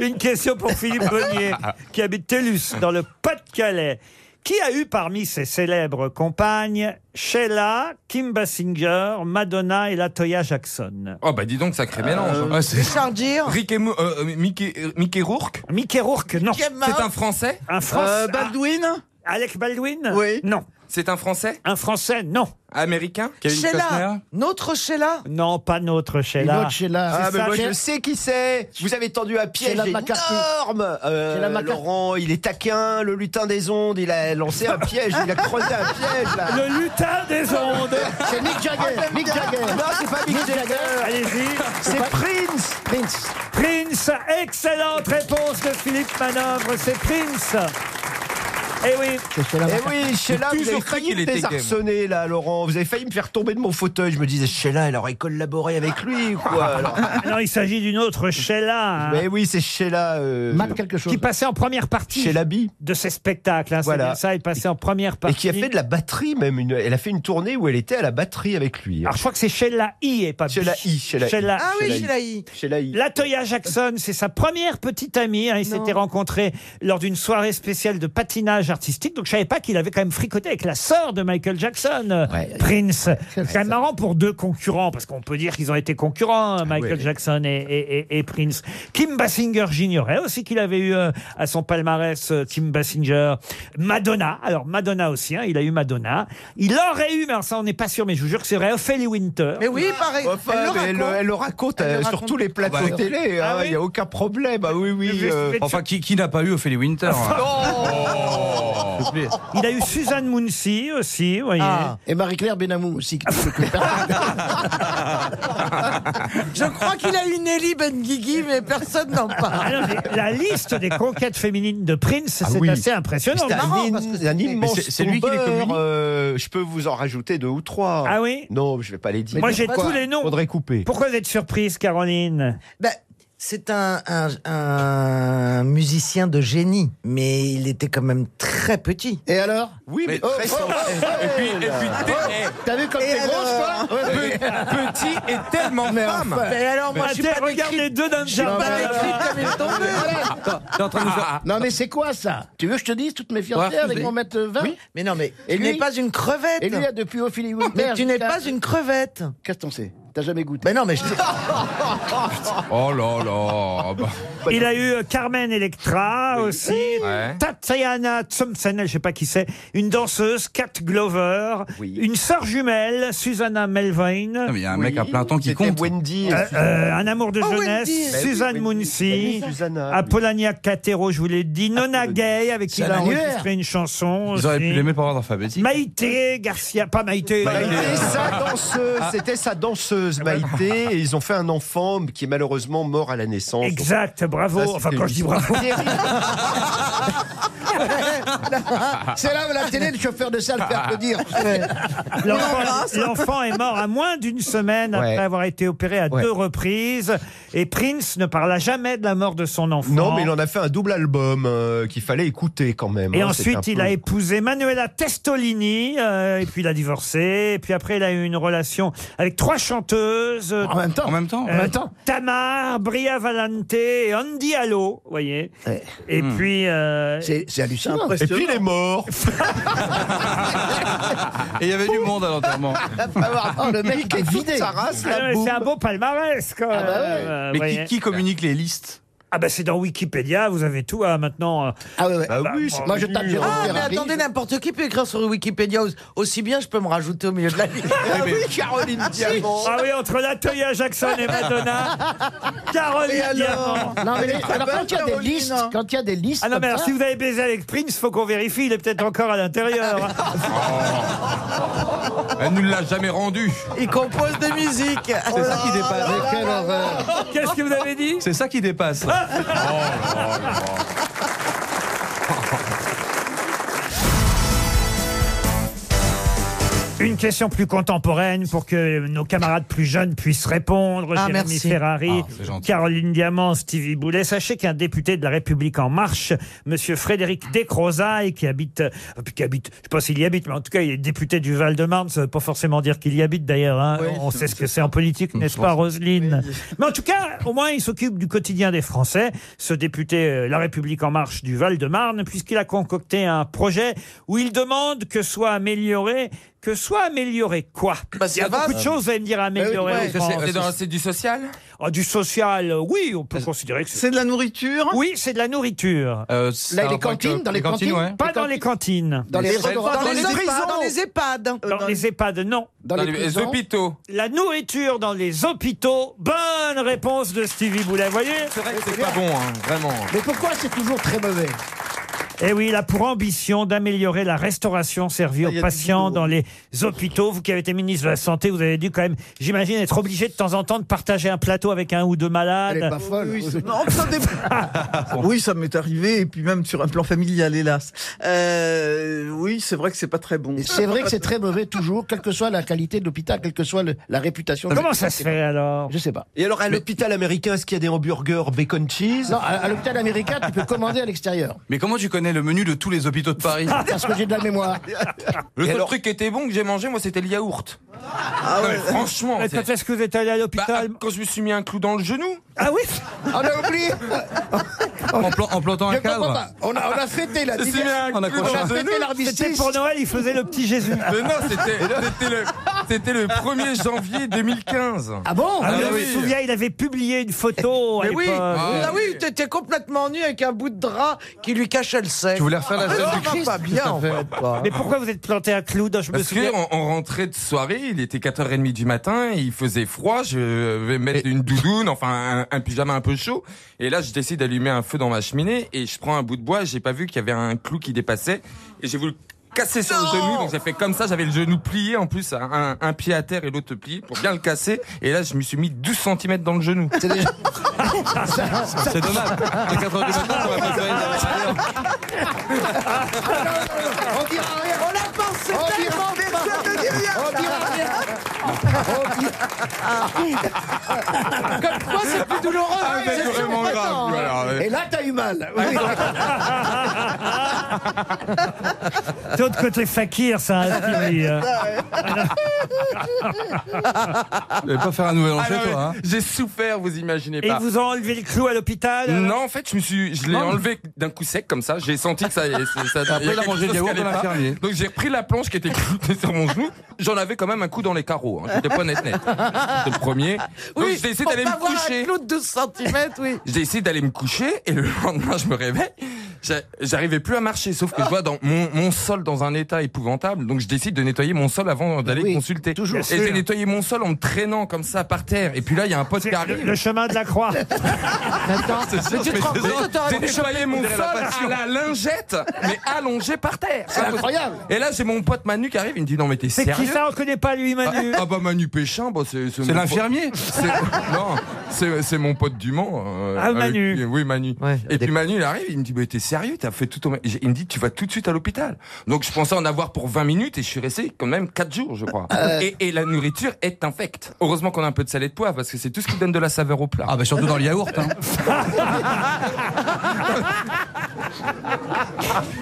D: Une question pour Philippe Bonnier, qui habite Télus, dans le Pas-de-Calais. Qui a eu parmi ses célèbres compagnes Sheila, Kim Basinger, Madonna et Latoya Jackson
E: Oh, bah dis donc, sacré mélange. hein.
H: Ah, c'est-
J: Richard Gere.
E: Rick et Mo- euh, euh, Mickey, euh, Mickey Rourke
D: Mickey Rourke, non.
J: Kev
I: Bah,
J: Mao.
E: C'est un français
D: Un Français.
J: Euh, Baldwin.
D: Alec Baldwin
J: Oui.
D: Non.
E: C'est un français
D: Un Français Non.
E: Américain
H: Kevin Costner
J: Sheila. Notre Sheila.
D: Non, pas notre
G: Une
D: Sheila.
G: autre chez la.
K: Ah, mais
D: ça,
K: moi,
D: j'ai-
K: je sais qui c'est. Vous avez tendu un piège
G: C'est la McCarthy.
K: énorme. Euh,
G: C'est la McCarthy.
K: Laurent, il est taquin, le lutin des ondes. Il a lancé un piège, il a creusé un piège là.
D: Le lutin des ondes.
G: C'est Mick Jagger. Mick Jagger.
K: Ah, Non, c'est pas Mick Jagger.
D: Allez-y.
K: C'est Prince.
G: Prince.
D: Prince, excellente réponse de Philippe Manœuvre, c'est Prince. Eh oui,
G: C'est Sheila
K: Eh
G: McCarthy.
K: oui, Sheila,
E: J'ai
K: vous avez
E: toujours cru
K: failli
E: qu'il
K: me
E: était gay, moi.
K: désarçonner, là, Laurent. Vous avez failli me faire tomber de mon fauteuil. Je me disais, Sheila, elle aurait collaboré avec lui, ou quoi. alors.
D: non, il s'agit d'une autre Sheila hein,
K: Mais oui, c'est Sheila. Euh,
G: Matt quelque chose.
D: qui passait en première partie
K: Sheila B.
D: de ses spectacles. hein, c'est
K: Voilà.
D: bien ça, il passait en première
K: Et
D: partie.
K: qui a fait de la batterie, même. Une... Elle a fait une tournée où elle était à la batterie avec lui.
D: Alors je crois que c'est Sheila I et pas B.
K: Sheila I, Sheila I.
D: Sheila
J: Ah oui,
K: Sheila
J: Sheila. I.
K: Sheila, il-
D: Latoya Jackson, c'est sa première petite amie. hein, ils
J: Non.
D: s'étaient rencontrés lors d'une soirée spéciale de patinage artistique. Donc je savais pas qu'il avait quand même fricoté avec la sœur de Michael Jackson, euh,
K: Ouais.
D: Prince. C'est quand même marrant pour deux concurrents, parce qu'on peut dire qu'ils ont été concurrents,
K: Ah
D: hein, Michael Jackson et, et- et- et Prince. Kim Basinger, j'ignorais aussi qu'il avait eu euh, à son palmarès euh, Kim Basinger. Madonna, alors Madonna aussi, hein, il a eu Madonna. Il aurait eu, mais alors ça on n'est pas sûr, mais je vous jure que c'est vrai, Ophélie Winter.
J: Mais oui, pareil.
K: Enfin,
J: Elle le
K: mais elle,
J: raconte.
K: elle le raconte
J: Elle le
K: euh, sur
J: raconte.
K: tous les plateaux
H: Ah bah,
K: télé.
D: Ah
K: hein,
D: oui
K: Il n'y a aucun problème. Ah oui, oui.
D: Je vais-
K: euh,
D: je vais-
H: Enfin, qui, qui n'a pas eu Ophélie Winter hein
K: Oh
D: Il a eu Suzanne Mounsi aussi, vous voyez.
G: Ah, et Marie-Claire Benamou aussi. qui s'occupe.
J: Je crois qu'il a une Nelly Benguigui, mais personne n'en parle.
D: Ah, La liste des conquêtes féminines de Prince, c'est
K: Ah oui.
D: assez impressionnant.
K: C'est un in- un immense tombeur, euh, je peux vous en rajouter deux ou trois.
D: Ah oui
K: Non, je vais pas les dire.
D: Moi, j'ai
K: Pourquoi
D: tous les noms.
K: Faudrait couper.
D: Pourquoi vous êtes surprise, Caroline
J: Ben, c'est un, un- un musicien de génie, mais il était quand même très petit.
G: Et alors Oui, Oh.
J: mais
G: très sensuel.
J: Et puis, et puis, t'es-
G: T'as vu comme
J: Et
G: t'es grosse,
J: alors
G: toi hein Ouais, ouais.
E: Petit et tellement
G: Mais
E: femme.
G: enfin. Mais alors, Oh, moi, je suis pas
D: Attends, Bah, regarde les deux d'un
G: Je suis pas décrite comme une tombeuse.
H: T'es en train de nous faire-
G: Non mais c'est quoi ça Tu veux que je te dise toutes mes fiancées
J: Ouais,
G: avec
J: oui.
G: mon mètre 20
J: Mais non, mais
G: Et
J: tu
G: lui
J: n'es pas une crevette.
G: Et lui, a depuis Ophélie Winter.
J: Mais tu n'es
G: jusqu'à-
J: pas une crevette. Ah,
G: Qu'est-ce que t'en sais T'as jamais goûté
J: Mais non, mais je
H: Oh là là. bah.
D: Il a eu euh, Carmen Electra aussi, Tatiana Thompson, je sais pas qui c'est, une danseuse, Kat Glover, une sœur jumelle, Susanna Melvoin.
H: mais il y a un mec à plein temps qui C'était compte. Wendy et
D: Euh,
H: Susanna.
D: euh, un amour de
H: Oh,
D: jeunesse,
H: Wendy. Bah oui,
D: Suzanne
H: Wendy.
D: Mounsi,
H: Bah oui, Susanna,
D: Apollonia Catero, je vous l'ai dit,
K: Ah,
D: Nona Gay, avec qui
H: C'est
D: il a
H: l'annuaire.
D: enregistré une chanson.
H: Ils auraient
D: aussi.
H: pu les mettre par ordre alphabétique.
D: Maïté Garcia, pas Maïté. euh,
K: Maïté, sa danseuse, c'était sa danseuse Maïté, et ils ont fait un enfant qui est malheureusement mort à la naissance.
D: Exact, bravo.
K: Ça, c'était
D: enfin, quand je dis
K: une-
D: bravo.
G: C'est là où la télé, le chauffeur de salle peut applaudir.
D: L'enfant- L'enfant est mort à moins d'une semaine après
K: Ouais.
D: avoir été opéré à
K: Ouais.
D: deux reprises. Et Prince ne parla jamais de la mort de son enfant.
K: Non, mais il en a fait un double album euh, qu'il fallait écouter quand même.
D: Et
K: hein, c'était un
D: ensuite, il
K: peu-
D: a épousé Manuela Testolini, euh, et puis il a divorcé, et puis après, il a eu une relation avec trois chanteuses.
G: En même temps.
H: En même temps.
D: Euh, Tamar, Bria Valente et Andy Allo, vous voyez. Et puis. euh,
G: Hmm. C'est hallucinant.
K: Et puis il est mort.
H: Et il y avait du monde à l'enterrement.
G: Oh, le mec est vidé.
K: Sa race,
D: Ah
K: la
D: ouais,
K: boum.
D: c'est un beau palmarès, quoi.
G: Ah bah ouais.
D: Euh,
H: Mais
D: voyez.
H: qui, qui communique les listes
D: Ah bah c'est dans Wikipédia, vous avez tout hein, maintenant.
G: Ah ouais, ouais.
D: Bah oui, c'est- moi, je tape Jérôme
J: Ah, mais
D: Ferrari.
J: attendez, n'importe qui peut écrire sur Wikipédia. Aussi- Aussi bien, je peux me rajouter au milieu de la liste.
G: Ah oui, Caroline Diamant.
D: Ah oui, entre Latoya Jackson et Madonna,
G: Et
D: Caroline Diamant.
G: alors Non, mais les- alors, quand il y a des listes, quand il y a des listes.
D: Ah non, mais
G: comme
D: alors,
G: ça-
D: si vous avez baisé avec Prince, faut qu'on vérifie, il est peut-être encore à l'intérieur. hein.
E: Elle ne l'a jamais rendu.
J: Il compose des musiques.
H: C'est ça qui dépasse.
G: Quelle horreur.
D: Qu'est-ce que vous avez dit
H: C'est ça qui dépasse.
D: Une question plus contemporaine pour que nos camarades plus jeunes puissent répondre.
J: Ah,
D: Jérémy
J: merci.
D: Ferrari,
H: Ah, c'est gentil.
D: Caroline Diamant, Stevie Boulet. Sachez qu'un député de la République En Marche, monsieur Frédéric Descrozailles, qui habite, euh, qui habite, je sais pas s'il y habite, mais en tout cas, il est député du Val-de-Marne. Ça veut pas forcément dire qu'il y habite d'ailleurs. hein. On sait ce que c'est en politique, n'est-ce pas, Roselyne Mais en tout cas, au moins, il s'occupe du quotidien des Français, ce député euh, La République En Marche du Val-de-Marne, puisqu'il a concocté un projet où il demande que soit amélioré, que soit amélioré quoi Il y a
J: ça va,
D: beaucoup de
J: ça.
D: choses, vous allez me dire, améliorer.
J: ouais.
D: en France.
E: C'est dans- c'est du social
D: Ah, du social, euh, oui, on peut considérer que c'est...
I: C'est de la nourriture
D: Oui, c'est de la nourriture.
H: Euh, c'est
G: Là,
H: un
G: les
H: rapport avec, euh,
G: cantines, dans les cantines,
H: ouais.
D: Pas dans les cantines.
G: Dans les
H: Dans les-
G: restaurants,
J: Dans, les,
G: prisons,
J: EHPAD, dans les EHPAD.
D: Dans les EHPAD, non.
G: dans
E: Dans
G: les
E: les
G: prisons.
E: hôpitaux.
D: La nourriture dans les hôpitaux. Bonne réponse de Stevie Boulet, vous voyez
E: C'est vrai que c'est pas bon, hein, vraiment.
G: Mais pourquoi c'est toujours très mauvais
D: Eh oui, il a pour ambition d'améliorer la restauration servie
G: y a
D: aux
G: du
D: patients
G: boulot.
D: dans les hôpitaux. Vous qui avez été ministre de la Santé, vous avez dû quand même, j'imagine, être obligé de temps en temps de partager un plateau avec un ou deux malades.
G: Elle est pas folle.
I: Oui, ça- non, ça dépend. oui, ça m'est arrivé, et puis même sur un plan familial, hélas. Euh, oui, c'est vrai que c'est pas très bon.
G: Et C'est vrai que c'est très mauvais toujours, quelle que soit la qualité de l'hôpital, quelle que soit le- la réputation. de
D: Comment
G: l'hôpital.
D: ça se fait alors
G: Je sais pas.
K: Et alors, à l'hôpital américain, est-ce qu'il y a des hamburgers bacon cheese
G: Non, à, à l'hôpital américain, tu peux commander à l'extérieur.
H: Mais comment tu connais le menu de tous les hôpitaux de Paris
G: Parce que j'ai de la mémoire.
E: Le seul
K: alors-
E: truc qui était bon que j'ai mangé, moi, c'était le yaourt. Non, mais franchement.
D: Mais
E: c'est-
D: Quand est-ce que vous êtes allé à
E: Bah,
D: l'hôpital
E: quand je me suis mis un clou dans le genou.
D: Ah oui
G: On a oublié.
H: en, plan- en plantant
G: Je
H: un
G: comprends pas.
H: cadre
G: On a, on a fêté la
E: Je me suis mis
G: diver-
E: un
H: En
E: clou
G: On
H: accrochant
E: dans
G: a
E: le genou.
G: fêté
D: C'était
G: l'armistice.
D: pour Noël, il faisait le petit Jésus.
E: Mais non, c'était c'était le, c'était le 1er janvier 2015.
G: Ah bon
D: Ah,
E: Ah
D: oui, Je
E: oui.
D: me souviens, il avait publié une photo. à
J: Mais oui,
D: l'époque.
J: ah oui, t'étais complètement nu avec un bout de drap qui lui cachait le sein.
H: Tu voulais refaire la
J: Mais
H: scène
J: ça
H: du
J: va
H: Christ,
J: pas bien,
H: tout à
J: en
H: fait.
J: fait. quoi.
D: Mais pourquoi vous êtes planté un clou dans, Je me
E: Parce
D: souviens.
E: qu'on on rentrait de soirée, il était 4h30 du matin, il faisait froid, je vais mettre une doudoune, enfin un, un pyjama un peu chaud, et là je décide d'allumer un feu dans ma cheminée et je prends un bout de bois, j'ai pas vu qu'il y avait un clou qui dépassait et j'ai voulu casser sur le genou, donc j'ai fait comme ça, j'avais le genou plié en plus, un, un pied à terre et l'autre plié pour bien le casser et là je me suis mis 12 cm dans le genou. C'est dommage. À 4 heures du matin, t'aurais pas besoin d'avoir
M: On dira rien. On a pensé tellement, personne ne dit rien. On dira rien.
J: Comme quoi, c'est plus douloureux.
M: Ah, mais
J: C'est
M: vraiment
J: surprenant,
M: grave,
J: hein.
M: voilà, ouais.
G: Et là, t'as eu mal.
D: De l'autre côté, Fakir, ça hein, a inspiré.
H: vais pas faire un nouvel an
E: Ah
H: chez
E: non,
H: toi, hein
E: mais J'ai souffert, vous imaginez
D: Et
E: pas.
D: ils vous ont enlevé le clou à l'hôpital euh, alors
E: Non, en fait, je me suis, je l'ai
D: Non, mais-
E: enlevé d'un coup sec comme ça. J'ai senti que ça, ça,
H: T'as
E: il y a
H: appris à
E: quelque
H: manger
E: chose
H: des yaourts
E: qui allait
H: à
E: pas.
H: l'infirmier.
E: Donc j'ai pris la planche qui était cloutée sur mon genou. J'en avais quand même un coup dans les carreaux. Hein. J'étais pas net net. J'étais le premier. Donc
J: Oui,
E: j'ai essayé
J: pour
E: d'aller
J: pas
E: me
J: avoir
E: coucher.
J: un clou de 12 cm, oui.
E: J'ai essayé d'aller me coucher et le lendemain, je me réveille. J'a- J'arrivais plus à marcher, sauf
D: Ah.
E: que je vois dans mon, mon sol dans un état épouvantable. Donc je décide de nettoyer mon sol avant d'aller consulter.
D: toujours.
E: Et
D: Bien
E: j'ai
D: sûr.
E: nettoyé mon sol en me traînant comme ça par terre. Et puis là, il y a un pote qui arrive.
D: Le chemin de la croix.
E: Attends,
D: mais tu te rends compte que t'aurais
E: J'ai
D: pu
E: nettoyé
D: choper
E: mon
D: une
E: sol
D: dérapation.
E: à la lingette, mais allongé par terre.
D: C'est incroyable.
E: Et là, j'ai mon pote Manu qui arrive, il me dit non mais t'es
D: C'est
E: sérieux
D: qui ça On connaît pas lui, Manu.
E: Ah, ah bah Manu Péchin, bah c'est
H: C'est
E: mon
H: l'infirmier.
E: pote. C'est- Non, c'est c'est mon pote du Mans. euh,
D: Ah,
E: avec
D: Manu.
E: qui- oui Manu. Et puis Manu il arrive, il me dit mais t'es sérieux, t'as fait tout ton. J'ai- Il me dit tu vas tout de suite à l'hôpital. Donc je pensais en avoir pour 20 minutes et je suis resté quand même 4 jours je crois.
J: Euh.
E: Et, et la nourriture est infecte. Heureusement qu'on a un peu de salé de poivre parce que c'est tout ce qui donne de la saveur au plat. Ah bah
H: surtout dans le yaourt, hein.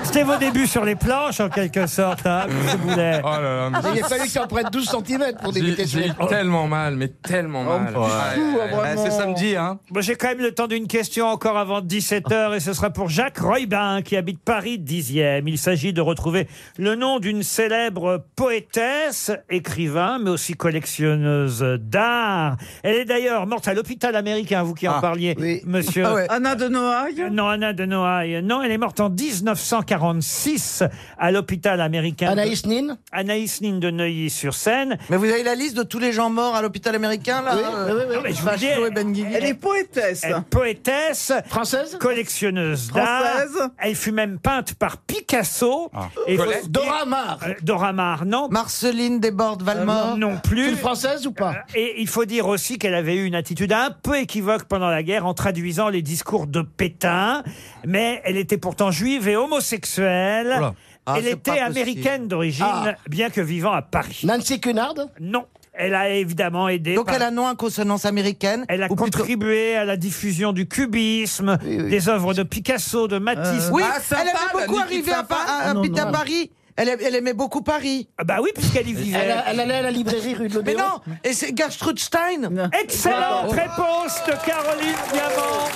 D: C'était vos débuts sur les planches, en quelque sorte, hein, Monsieur Boulet.
E: Oh là là, mais
J: Ah,
G: Il a fallu que tu en prennes 12 cm pour débuter
E: J'ai
G: sur
E: j'ai
G: les
E: eu tellement mal, mais tellement mal.
H: Oh, ouais.
E: Ouais, ouais, ouais.
H: C'est samedi, hein.
D: Bon, J'ai quand même le temps d'une question encore avant 17h et ce sera pour Jacques Roybin qui habite Paris 10e. Il s'agit de retrouver le nom d'une célèbre poétesse, écrivain, mais aussi collectionneuse d'art. Elle est d'ailleurs morte à l'hôpital américain, vous qui en parliez, monsieur.
I: Ah ouais. Anna de Noailles
D: Non, Anna de Noailles. Non, elle est morte en 1946 à l'hôpital américain.
J: Anaïs
D: Nin Anaïs Nin de Neuilly-sur-Seine.
J: Mais vous avez la liste de tous les gens morts à l'hôpital américain, là euh,
I: Ah,
D: Non, mais je vous
J: Vachon
D: dis,
I: Ben,
J: et Benguigui.
I: Elle est poétesse.
D: Elle est poétesse. Française. Collectionneuse d'art.
I: Française.
D: Elle fut même peinte par Picasso.
J: Colette. Dora
D: Maar. euh, Dora Maar, non.
J: Marceline Desbordes-Valmore.
D: Euh, non, non plus.
J: C'est une Française
D: ou pas Et il faut dire aussi qu'elle avait eu une attitude un peu équivoque pendant la guerre en traduisant les discours de Pétain, mais elle était pourtant juive et homosexuelle.
G: Oula. Ah,
D: elle
G: c'est
D: était
G: pas possible.
D: américaine d'origine,
G: Ah.
D: bien que vivant à Paris.
G: Nancy Cunard
D: Non. Elle a évidemment aidé.
J: Donc
D: par-
J: elle a non à consonance américaine.
D: Elle a contribué à la diffusion du cubisme, des œuvres de Picasso, de Matisse.
J: Oui, elle aimait beaucoup arriver à, Pa-
D: Ah,
J: à- à- à Paris. Elle, aim- elle aimait beaucoup Paris.
D: bah oui, puisqu'elle y vivait.
J: Elle, allait à la librairie rue de
D: l'Odéon.
J: Mais non, et c'est Gertrude Stein.
D: Excellente réponse de Caroline Diamant.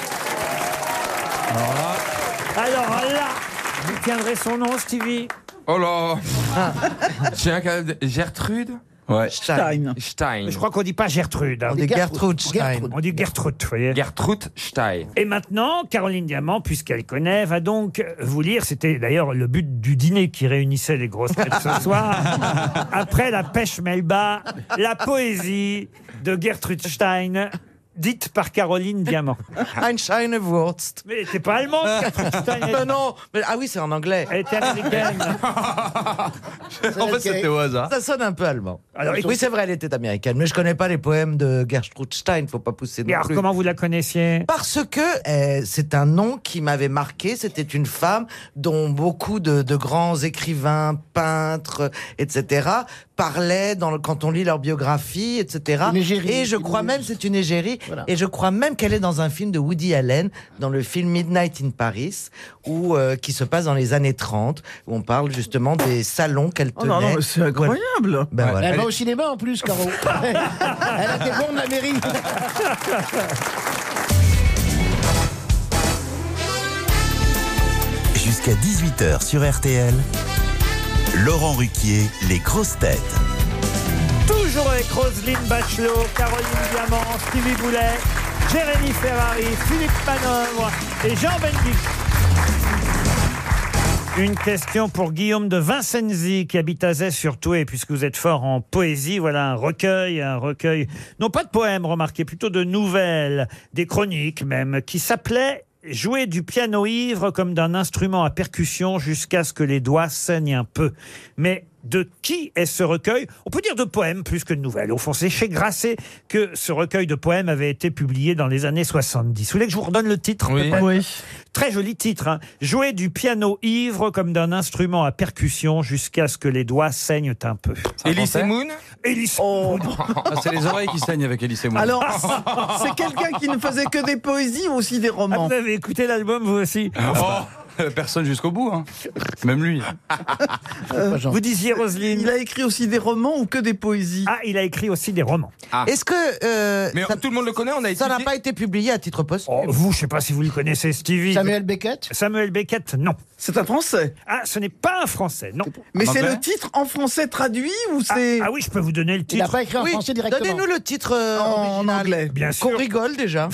D: Alors là, vous tiendrez son nom, Stevie
E: Oh là
J: Ah.
E: J'ai un cas de- Gertrude
H: Ouais.
E: Stein. Stein.
D: Je crois qu'on dit pas Gertrude. hein.
E: On dit Gertrude Stein.
D: On dit Gertrude, vous voyez.
E: Gertrude Stein.
D: Et maintenant, Caroline Diamant, puisqu'elle connaît, va donc vous lire. C'était d'ailleurs le but du dîner qui réunissait les grosses têtes ce soir. Après la pêche Melba, la poésie de Gertrude Stein, dite par Caroline Diamant.
J: Einstein Wurst.
D: Mais c'est pas allemand, Gertrude Stein.
J: Non, non, mais, ah oui, c'est en anglais.
D: Elle était américaine.
H: En fait, c'était au hasard.
J: Ça sonne un peu allemand.
D: Ah. Alors,
J: oui, c'est vrai, elle était américaine, mais je connais pas les poèmes de Gertrude Stein, faut pas pousser non
D: Mais alors,
J: plus.
D: comment vous la connaissiez
J: Parce que euh, c'est un nom qui m'avait marqué. C'était une femme dont beaucoup de, de grands écrivains, peintres, euh, etc. parlaient dans le, quand on lit leur biographie, etc. et je crois même c'est une égérie. Et je crois même qu'elle est dans un film de Woody Allen, dans le film Midnight in Paris, où euh, qui se passe dans les années 30, où on parle justement des salons qu'elle
I: Oh
J: tenait.
I: non, non, mais c'est incroyable.
J: Ben voilà.
G: Elle
J: Elle
G: va
J: est-
G: au cinéma en plus, Caro. Elle a des bons de la mairie.
B: Jusqu'à 18h sur RTL, Laurent Ruquier, les grosses têtes.
D: Toujours avec Roselyne Bachelot, Caroline Diamant, Stevie Boulet, Jérémy Ferrari, Philippe Panovre et Jean Benguigui. Une question pour Guillaume de Vincenzi qui habite Azay sur Toué, puisque vous êtes fort en poésie. Voilà un recueil, un recueil, non pas de poèmes, remarquez, plutôt de nouvelles, des chroniques même, qui s'appelait jouer du piano ivre comme d'un instrument à percussion jusqu'à ce que les doigts saignent un peu. Mais de qui est ce recueil On peut dire de poèmes plus que de nouvelles. Au fond, c'est chez Grasset que ce recueil de poèmes avait été publié dans les années 70. Vous voulez que je vous redonne le titre
I: Oui.
D: peut-être
I: Oui.
D: Très joli titre. hein. Jouer du piano ivre comme d'un instrument à percussion jusqu'à ce que les doigts saignent un peu.
H: Elise Moon
D: Elise
I: Oh,
H: Ah, C'est les oreilles qui saignent avec Elise Moon.
I: Alors, c'est- c'est quelqu'un qui ne faisait que des poésies ou aussi des romans
D: ah, Vous avez écouté l'album, vous aussi
I: Ah,
H: Personne jusqu'au bout, hein. même lui.
D: Vous disiez, Roselyne
I: Il a écrit aussi des romans ou que des poésies
D: Ah, il a écrit aussi des romans.
J: Est-ce que. euh,
E: Mais tout le monde le connaît, on a
J: Ça n'a pas été publié à titre posthume.
D: vous, je ne sais pas si vous le connaissez, Stevie.
J: Samuel Beckett
D: Samuel Beckett, non.
I: C'est un Français
D: Ah, ce n'est pas un Français, non.
I: Mais c'est le titre en français traduit ou c'est.
D: Ah, oui, je peux vous donner le titre.
J: Oui, Donnez-nous le titre
I: Oh,
J: euh,
I: en
J: original.
I: anglais.
D: Bien
J: Qu'on
D: sûr.
J: rigole déjà.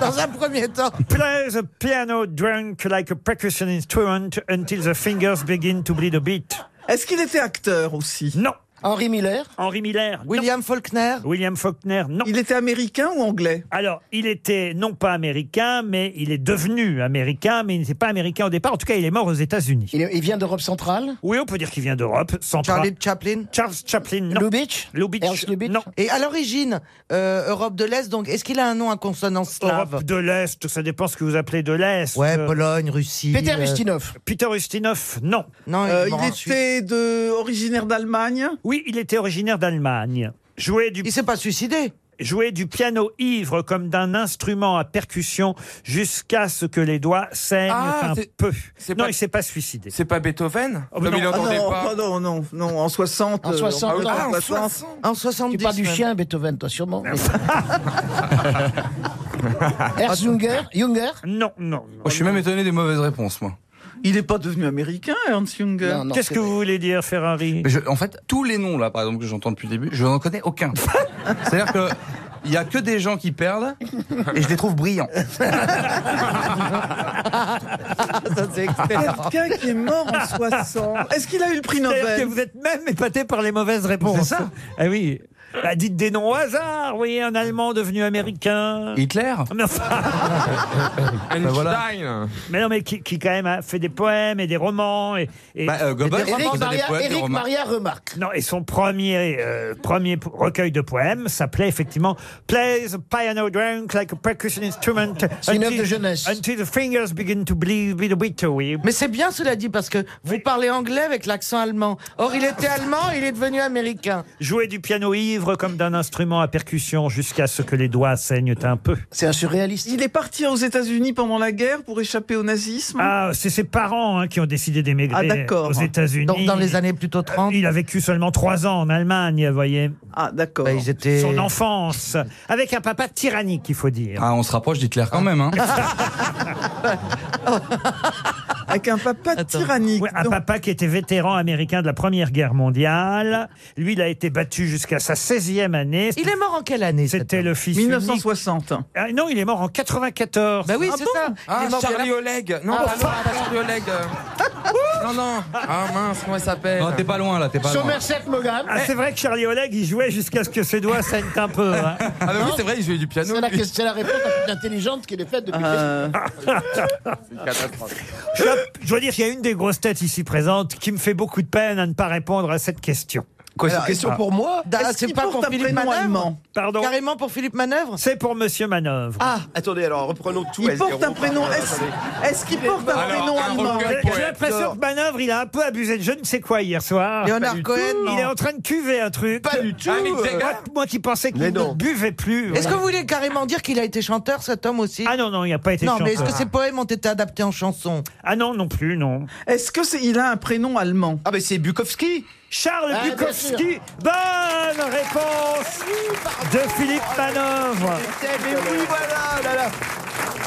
J: Dans un premier temps.
D: Play the piano drunk like a percussion instrument until the fingers begin to bleed a beat.
I: Est-ce qu'il était acteur aussi
D: Non.
J: Henri Miller
D: Henri Miller.
J: William Faulkner
D: William Faulkner, non.
I: Il était américain ou anglais
D: Alors, il était non pas américain, mais il est devenu américain, mais il n'était pas américain au départ. En tout cas, il est mort aux États-Unis.
N: Il, il vient d'Europe centrale
D: Oui, on peut dire qu'il vient d'Europe. centrale.
J: Charlie Chaplin
D: Charles Chaplin, non.
N: Lubitsch
D: Lubitsch,
N: Ernst Lubitsch
D: non.
J: Et à l'origine, euh, Europe de l'Est, donc est-ce qu'il a un nom à consonance slave
D: Europe de l'Est, ça dépend ce que vous appelez de l'Est.
J: Ouais,
D: Euh,
J: Pologne, Russie.
N: Peter
J: euh,
N: Ustinov.
D: Peter Ustinov, non.
J: Non, il
I: Euh,
J: est mort en
I: Il
J: Suisse.
I: était de... originaire d'Allemagne
D: Oui, il était originaire d'Allemagne. Jouait du,
J: Il s'est pas suicidé.
D: jouait du piano ivre comme d'un instrument à percussion jusqu'à ce que les doigts saignent
E: Ah,
D: un
E: c'est-
D: peu.
E: c'est
D: Non,
E: pas-
D: il s'est pas suicidé.
E: C'est pas Beethoven
D: Oh, mais non.
E: Comme il
I: Ah
E: entendait
I: non,
E: pas.
I: ah non, non, non, en 60.
N: En
I: euh,
N: 60,
I: ah oui,
N: non.
I: en
E: Ah, en
I: 60.
E: 60.
J: En
N: Tu
J: 70.
N: parles du
J: même.
N: chien, Beethoven, toi, sûrement. Ernst Junger, Junger
D: Non, non, non.
E: Oh,
H: Moi, Oh, je suis même étonné des mauvaises réponses, moi.
I: Il n'est pas devenu américain, Ernst Junger.
N: Non, non,
D: Qu'est-ce
N: c'est
D: que
N: vrai.
D: vous voulez dire, Ferrari
H: Mais je- en fait, tous les noms là, par exemple, que j'entends depuis le début, je n'en connais aucun. C'est-à-dire que il y a que des gens qui perdent et je les trouve brillants.
I: Quelqu'un qui est mort en 60. Est-ce qu'il a eu le prix
D: C'est-à-dire que
I: Nobel
D: vous êtes même épaté par les mauvaises réponses.
H: C'est ça.
D: Ah oui. Bah, dites des noms au hasard. Oui, un Allemand devenu américain.
H: Hitler
D: Mais enfin-
E: Einstein
H: Ben voilà.
D: mais non, mais qui, qui quand même a fait des poèmes et des romans et, et-
H: Bah, euh, Goebbels, il
N: Eric
H: faisait des
N: Maria,
H: poèmes, des
N: Eric
H: romans.
N: Maria remarque.
D: Non, et son premier, euh, premier po- recueil de poèmes s'appelait effectivement Plays the piano drunk like a percussion instrument.
N: C'est une
D: until-
N: œuvre de jeunesse.
D: Until the fingers begin to bleed with a bit, oui.
J: Mais c'est bien cela dit parce que vous parlez anglais avec l'accent allemand. Or, il était allemand, il est devenu américain.
D: Jouer du piano ivre comme d'un instrument à percussion jusqu'à ce que les doigts saignent un peu.
N: C'est un surréaliste.
I: Il est parti aux États-Unis pendant la guerre pour échapper au nazisme.
D: Ah, c'est ses parents hein, qui ont décidé d'émigrer
I: Ah, d'accord.
D: aux États-Unis.
J: Donc, dans les années plutôt 30,
D: Il a vécu seulement trois ans en Allemagne, vous voyez.
I: Ah, d'accord.
J: bah, ils étaient.
D: Son enfance. Avec un papa tyrannique, il faut dire.
H: Ah, on se rapproche d'Hitler quand même. Hein.
N: Ah.
I: Avec un papa tyrannique.
D: Ouais, un
I: donc.
D: papa qui était vétéran américain de la Première Guerre mondiale. Lui, il a été battu jusqu'à sa 16e année.
J: Il est mort en quelle année cet
D: C'était
J: homme
D: le fils unique.
I: 1960.
D: Ah, non, il est mort en 94.
J: Bah oui,
D: Ah
J: c'est
D: bon
J: ça. Il
E: Ah,
J: est mort
E: Charlie Oleg Non, pas pas Charlie Oleg euh. Non, non Ah mince, comment il s'appelle
H: Non, t'es pas loin là, t'es pas loin.
N: Somerset Maugham.
D: Ah,
J: Eh.
D: c'est vrai que Charlie Oleg, il jouait jusqu'à ce que ses doigts saignent un peu. hein.
E: Ah, bah oui, c'est vrai, il jouait du piano.
N: C'est la, que- c'est la réponse la plus intelligente qui est faite depuis.
I: Euh,
D: Je dois- je dois dire qu'il y a une des grosses têtes ici présentes qui me fait beaucoup de peine à ne pas répondre à cette question.
K: Quoi, c'est
J: Alors,
K: une question
D: ah.
K: pour moi
J: Ah,
I: Est-ce
J: c'est
I: qu'il
J: pas
I: porte
J: pour
I: un
J: Philippe
I: prénom
J: Manœuvre
I: allemand
D: Pardon
J: Carrément pour Philippe Manœuvre
D: C'est pour Monsieur Manœuvre.
J: Ah,
K: Attendez, alors reprenons tout.
I: Il
K: à
I: porte
K: zéro.
I: un prénom. Est-ce est-ce qu'il porte un
E: Alors,
I: prénom
E: un
I: allemand
E: recueil
D: J'ai
E: poète.
D: l'impression que Manœuvre, il a un peu abusé de je ne sais quoi hier soir.
J: Leonard Cohen, non.
D: Il est en train de cuver un truc.
J: Pas du tout. Euh,
E: Ah, Mick Jagger
D: Moi, moi qui pensais qu'il
K: Mais
D: ne
K: non.
D: buvait plus.
J: Est-ce
D: voilà.
J: que vous voulez carrément dire qu'il a été chanteur, cet homme aussi
D: Ah non, non, il n'a pas été
J: Non, mais est-ce
D: chanteur.
J: que ses poèmes ont été adaptés en chansons
D: Ah non, non plus, non.
I: Est-ce que c'est il a un prénom allemand
K: Ah, mais c'est Bukowski
D: Charles
N: Ah, bien
D: Bukowski, bonne réponse de Philippe
J: Ah,
D: Manœuvre.
J: Eh,
K: Mais oui, voilà, là, là.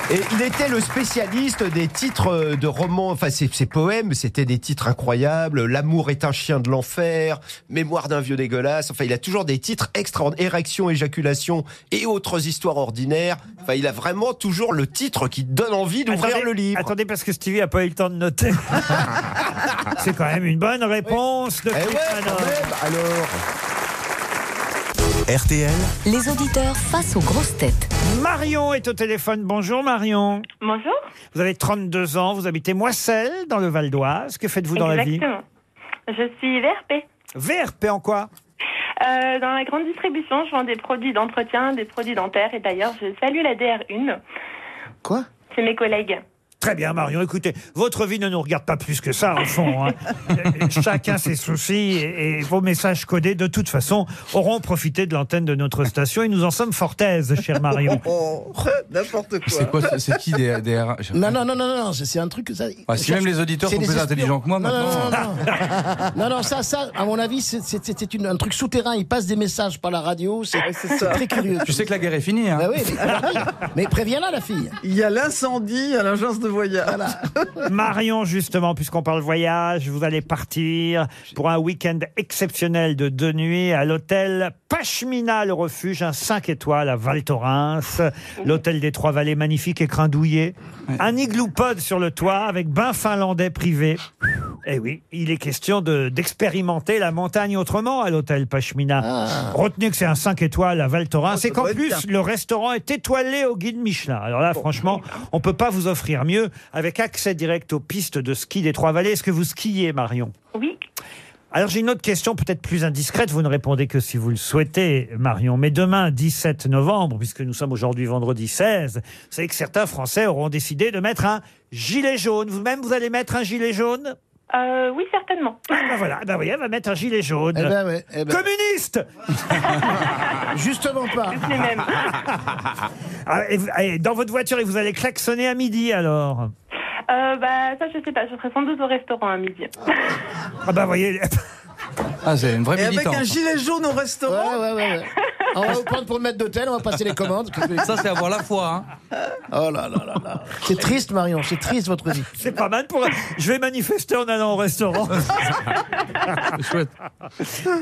K: Et il était le spécialiste des titres euh, de romans, enfin ses, ses poèmes, c'était des titres incroyables. L'amour est un chien de l'enfer, Mémoire d'un vieux dégueulasse. Enfin, il a toujours des titres extraordinaires, érection, éjaculation et autres histoires ordinaires. Enfin, il a vraiment toujours le titre qui donne envie d'ouvrir
D: Attendez,
K: le livre.
D: Attendez, parce que Stevie n'a pas eu le temps de noter. C'est quand même une bonne réponse de
K: Eh ouais,
D: Philippe
K: quand
D: Manœuvre.
K: même, alors.
B: RTL,
C: Les auditeurs face aux grosses têtes.
D: Marion est au téléphone. Bonjour Marion.
O: Bonjour.
D: Vous avez 32 ans, vous habitez Moisselles, dans le Val d'Oise. Que faites-vous dans
O: Exactement. Je suis VRP.
D: la vie VRP en quoi
O: Euh, dans la grande distribution, je vends des produits d'entretien, des produits dentaires. Et d'ailleurs, je salue la DR1.
D: Quoi
O: C'est mes collègues.
D: Très bien Marion, écoutez, votre vie ne nous regarde pas plus que ça au fond. hein. Chacun ses soucis et, et vos messages codés de toute façon auront profité de l'antenne de notre station et nous en sommes fort aises, chère Marion.
I: Oh, N'importe quoi.
H: C'est quoi, c'est- c'est qui des, des RH?
N: Non, non, non, non, non, c'est c'est un truc que ça.
H: Ah, si même les auditeurs
N: c'est
H: sont
N: des
H: plus
N: espions.
H: intelligents que moi
N: Non,
H: maintenant. hein.
N: Non, non, non, non. non, ça, ça, à mon avis, c'est- c'est c'est une- un truc souterrain. Ils passent des messages par la radio. C'est c'est
I: ça.
N: très curieux.
H: Tu sais que la guerre est finie, hein
N: Bah oui, mais, mais préviens-la, la fille.
I: Il y a l'incendie à l'agence de voyage.
D: Marion, justement, puisqu'on parle voyage, vous allez partir pour un week-end exceptionnel de deux nuits à l'hôtel Pachmina, le refuge, un 5 étoiles à Val Thorens, l'hôtel des Trois Vallées magnifique et crindouillé. Un igloo pod sur le toit avec bain finlandais privé. Eh oui, il est question de- d'expérimenter la montagne autrement à l'hôtel Pachmina. Retenez que c'est un 5 étoiles à Val Thorens. c'est qu'en
I: Ah. Oh, doit être
D: plus,
I: bien.
D: le restaurant est étoilé au guide Michelin. Alors là, franchement, on peut pas vous offrir mieux avec accès direct aux pistes de ski des Trois-Vallées. Est-ce que vous skiez, Marion
O: Oui.
D: Alors j'ai une autre question, peut-être plus indiscrète, vous ne répondez que si vous le souhaitez, Marion. Mais demain, 17 novembre, puisque nous sommes aujourd'hui vendredi 16, c'est que certains Français auront décidé de mettre un gilet jaune. Vous-même, vous allez mettre un gilet jaune
O: Euh, oui, certainement.
D: Ah ben voilà, ben voyez, elle va mettre un gilet jaune.
N: Eh ben ouais, eh ben.
D: Communiste
N: Justement pas.
D: Ah, et vous- et Dans votre voiture, et vous allez klaxonner à midi alors
O: Euh, bah, ça, je sais pas. Je serai sans doute au restaurant à midi.
D: Ah bah voyez.
H: Ah, c'est une vraie
I: Et avec
H: militante.
I: un gilet jaune au restaurant
N: Ouais, ouais, ouais. ouais. On va vous prendre pour le maître d'hôtel, on va passer les commandes.
H: Ça, c'est avoir la foi, hein.
N: Oh là là là là. C'est triste, Marion, c'est triste votre vie.
D: C'est pas mal pour. Je vais manifester en allant au restaurant.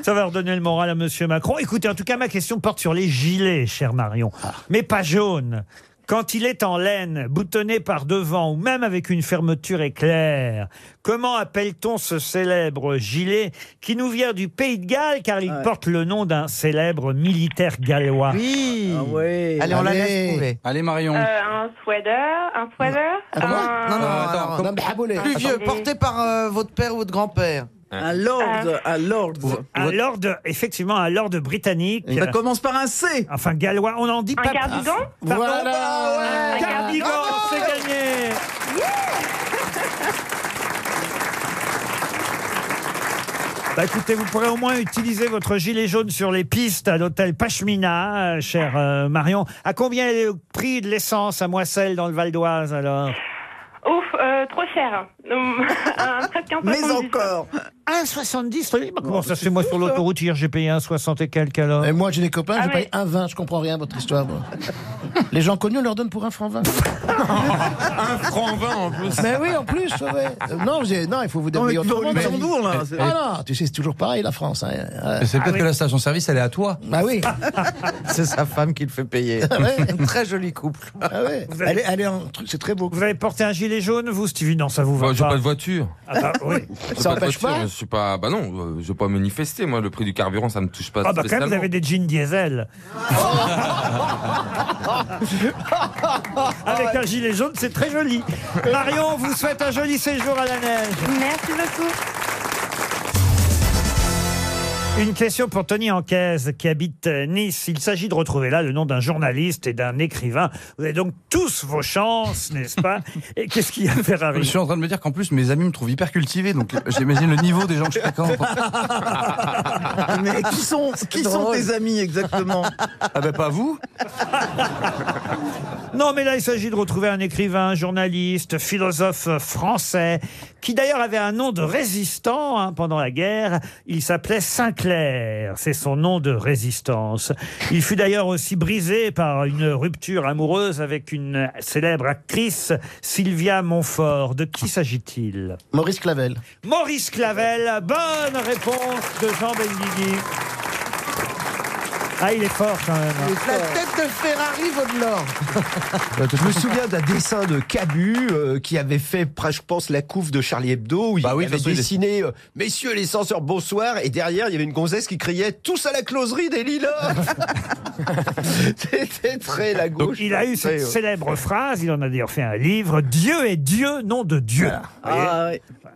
D: Ça va redonner le moral à Monsieur Macron. Écoutez, en tout cas, ma question porte sur les gilets, cher Marion, mais pas jaune. Quand il est en laine, boutonné par devant ou même avec une fermeture éclair, comment appelle-t-on ce célèbre gilet qui nous vient du Pays de Galles car il porte le nom d'un célèbre militaire gallois
I: Oui.
J: Allez, on la laisse trouver.
H: Allez, Marion.
O: Euh, un sweater, un sweater. un-
J: Non, non,
H: Ah, attends,
J: non,
H: comment-
J: non, mais abolis. plus
O: Attendez.
J: vieux, porté par euh, votre père ou votre grand-père.
I: Un lord, un lord.
D: Un lord, effectivement, un lord britannique.
I: Ça commence par un C.
D: Enfin, gallois, on en dit pas.
O: Un cardigan
D: Pardon
N: Voilà,
O: Un
D: Cardigan, c'est gagné Bah écoutez, vous pourrez au moins utiliser votre gilet jaune sur les pistes à l'hôtel Pachmina, euh, cher euh, Marion. À combien est le prix de l'essence à Moisselles dans le Val d'Oise alors
O: Ouf, euh, trop cher. Hum, un presque un
I: Mais
O: 70.
I: encore.
D: 1,70 oui, bah Comment ça Eh. c'est moi sur l'autoroute hier j'ai payé 1,60 et quelques alors
N: Et moi, j'ai des copains,
O: Ah,
N: j'ai
O: mais-
N: payé un vin, je comprends rien à votre histoire. moi. Les gens connus, on leur donne pour un franc vingt.
E: Un franc vingt en plus.
N: Mais oui, en plus, ouais, ouais. Euh, Non, vous avez- non, il faut vous
I: Non, mais
N: débrouiller
I: tu vas au
N: autrement. les amis.
I: Luxembourg, là. c'est-
N: Ah non, tu sais, c'est toujours pareil, la France. hein. Euh,
H: C'est
D: Ah
H: peut-être
D: oui.
H: que la station-service, elle est à toi.
N: Bah oui, Ah
J: C'est sa femme qui le fait payer.
N: ouais.
J: Un très joli couple.
N: Ah ouais.
D: Vous avez-
N: Elle est, elle est en truc, c'est très beau.
D: Vous avez porté un gilet jaune vous Stevie Non ça vous va
E: Bah, j'ai
D: pas.
E: pas de voiture.
D: Ah bah oui.
E: J'ai
N: Ça
E: de
N: empêche
E: voiture,
N: pas
E: Je suis pas. Bah non, euh, je vais pas manifester. Moi, le prix du carburant, ça me touche pas.
D: Ah bah quand même vous
E: spécialement.
D: avez des jeans diesel. Avec un gilet jaune, c'est très joli. Marion, on vous souhaite un joli séjour à la neige.
O: Merci beaucoup.
D: Une question pour Tony Anquez qui habite euh, Nice. Il s'agit de retrouver là le nom d'un journaliste et d'un écrivain. Vous avez donc tous vos chances, n'est-ce pas Et qu'est-ce qu'il y a à faire
H: Je
D: avec
H: suis en train de me dire qu'en plus, mes amis me trouvent hyper cultivé, donc j'imagine le niveau des gens que je fréquente.
I: Mais qui sont, qui sont tes amis exactement
H: Ah ben pas vous
D: Non, mais là, il s'agit de retrouver un écrivain, journaliste, philosophe français, qui d'ailleurs avait un nom de résistant hein, pendant la guerre. Il s'appelait Sinclair. C'est son nom de résistance. Il fut d'ailleurs aussi brisé par une rupture amoureuse avec une célèbre actrice, Sylvia Montfort. De qui s'agit-il
N: Maurice Clavel.
D: Maurice Clavel. Bonne réponse de Jean Benguigui. Ah, il est fort quand même. hein.
J: La tête de Ferrari vaut de l'or.
K: Je me souviens d'un dessin de Cabu euh, qui avait fait, pra- je pense, la couve de Charlie Hebdo où il
H: Bah oui,
K: avait
H: parce que-
K: dessiné euh, Messieurs les censeurs, bonsoir. Et derrière, il y avait une gonzesse qui criait Tous à la closerie des lilas C'était très la
D: Donc,
K: gauche.
D: il a eu
K: Très,
D: cette
K: euh,
D: célèbre phrase, il en a d'ailleurs fait un livre, Dieu est Dieu, nom de Dieu. Ah,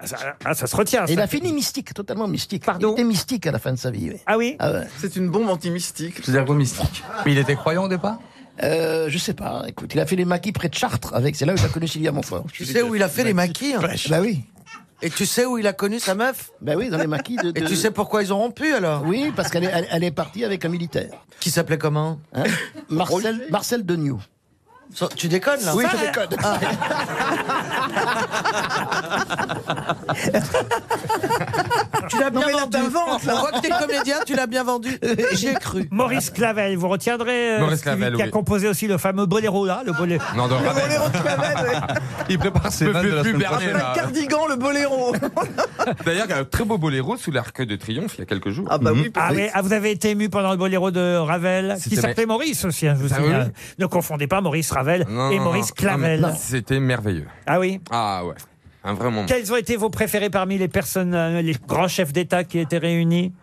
D: ça, ah, ça se retient.
G: Et
D: ça.
G: il a Eh ben, fini mystique, totalement mystique. Pardon. Il était mystique à la fin de sa vie.
D: Ah oui
I: C'est une bombe anti-mystique.
G: C'est-à-dire mystique. Mais il était croyant au départ euh, je sais pas, écoute, il a fait les maquis près de Chartres avec, c'est là où il a connu Sylvia Montfort.
D: Oh,
J: Tu sais où il a fait les maquis hein
G: Bah oui.
J: Et tu sais où il a connu sa meuf
G: Bah oui, dans les maquis de-
J: Et
G: de-
J: tu sais pourquoi ils ont rompu alors
G: Oui, parce qu'elle est, elle, elle est partie avec un militaire.
J: Qui s'appelait comment
G: Hein Marcel, Marcel Deniou.
J: Tu déconnes là
G: Oui, je déconne.
D: Ah.
J: Tu l'as bien vendu.
D: t'inventes, là.
J: On voit que t'es comédien, tu l'as bien vendu. Euh, J'ai cru.
D: Maurice Clavel, vous retiendrez euh,
E: Maurice
D: Stevie,
E: Clavel,
D: qui a
E: oui.
D: composé aussi le fameux boléro là, le boléro.
E: Non, non, Ravel.
H: Il prépare ses
E: Me
H: vannes
E: fais
H: de la
E: plus
H: semaine
E: berner,
H: prochaine.
E: là.
I: Cardigan, le boléro.
E: D'ailleurs, il y a un très beau boléro sous l'Arc de Triomphe il y a quelques jours.
I: Ah bah oui,
D: Ah, oui, ah, vous avez été ému pendant le boléro de Ravel, qui
E: C'était-
D: s'appelait Maurice aussi, hein, je vous
E: Ah oui.
D: signale. Ne confondez pas Maurice Ravel
E: Non,
D: et
E: non,
D: Maurice
E: non. Ah,
D: Clavel.
E: mais C'était merveilleux.
D: Ah oui
E: Ah ouais, un vrai moment.
D: Quels ont été vos préférés parmi les personnes, euh, les grands chefs d'État qui étaient réunis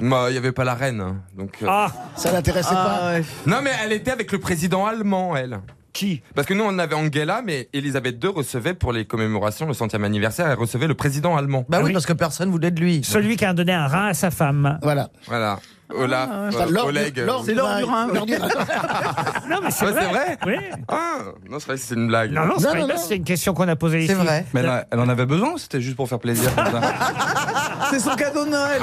E: Bah, il n'y avait pas la reine, hein, donc. euh,
D: Ah
G: Ça l'intéressait
K: Ah.
G: pas.
E: Non, mais elle était avec le président allemand, elle.
D: Qui
E: Parce que nous, on avait Angela, mais Elisabeth II recevait pour les commémorations, le centième anniversaire, elle recevait le président allemand.
J: Bah oui, parce que personne voulait de lui.
D: Celui qui a donné un rein à sa femme.
G: Voilà.
E: Voilà. Olaf,
G: Ah, ouais.
E: euh,
G: Ça, l'or-
E: Oleg. euh,
G: l'or-
I: C'est l'or du Rhin.
G: L'or du Rhin.
D: Non, mais c'est
E: Ah,
D: vrai. Oui.
E: Ah, non, c'est vrai que c'est une blague.
D: Non, non, c'est
G: Non,
D: pas
G: non,
D: une-
G: non.
D: c'est une question qu'on a posée ici.
J: C'est vrai.
H: Mais elle, elle en avait besoin ou c'était juste pour faire plaisir comme ça
G: Ah.
I: C'est son cadeau de Noël.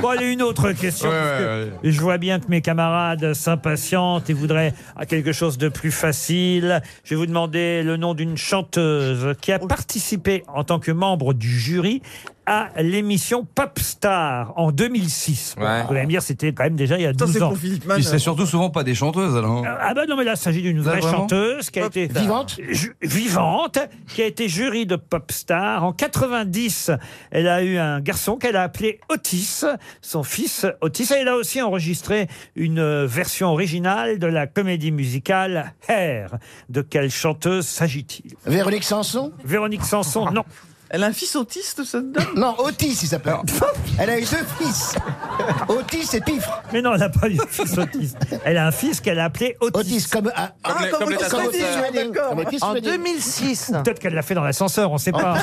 D: Bon, allez, une autre question.
E: Ouais,
D: parce
E: ouais,
D: que Je vois bien que mes camarades s'impatientent et voudraient ah, quelque chose de plus facile. Je vais vous demander le nom d'une chanteuse qui a participé en tant que membre du jury à l'émission Popstar en 2006. Bon,
E: Ouais.
D: Vous allez me dire, c'était quand même déjà il y a
I: Putain, c'est
D: 12 ans.
I: pour Philippe Mann.
H: Puis c'est surtout souvent pas des chanteuses alors. hein.
D: Ah bah non, mais là, il s'agit d'une
H: Là,
D: vraie
H: vraiment
D: chanteuse qui a été
G: Vivante
D: ju- vivante, qui a été jury de Popstar. En 90, elle a eu un garçon qu'elle a appelé Otis, son fils Otis. Et elle a aussi enregistré une euh, version originale de la comédie musicale Hair. De quelle chanteuse s'agit-il
G: Véronique Sanson
D: Véronique Sanson, non.
I: Elle a un fils autiste, cette dame.
G: Non, Otis, il s'appelle.
K: Ah.
G: Elle a eu deux fils. Otis et Pifre.
D: Mais non, elle n'a pas eu de fils Otis. Elle a un fils qu'elle a appelé Otis.
G: Otis, comme. ah,
E: Comme
I: Ah,
E: les-
I: comme
E: comme les
I: Otis
E: ascenseurs.
I: Redding,
E: Ah,
I: d'accord.
G: comme Otis
J: En
G: Redding.
J: 2006.
D: Peut-être qu'elle l'a fait dans l'ascenseur, on ne sait pas.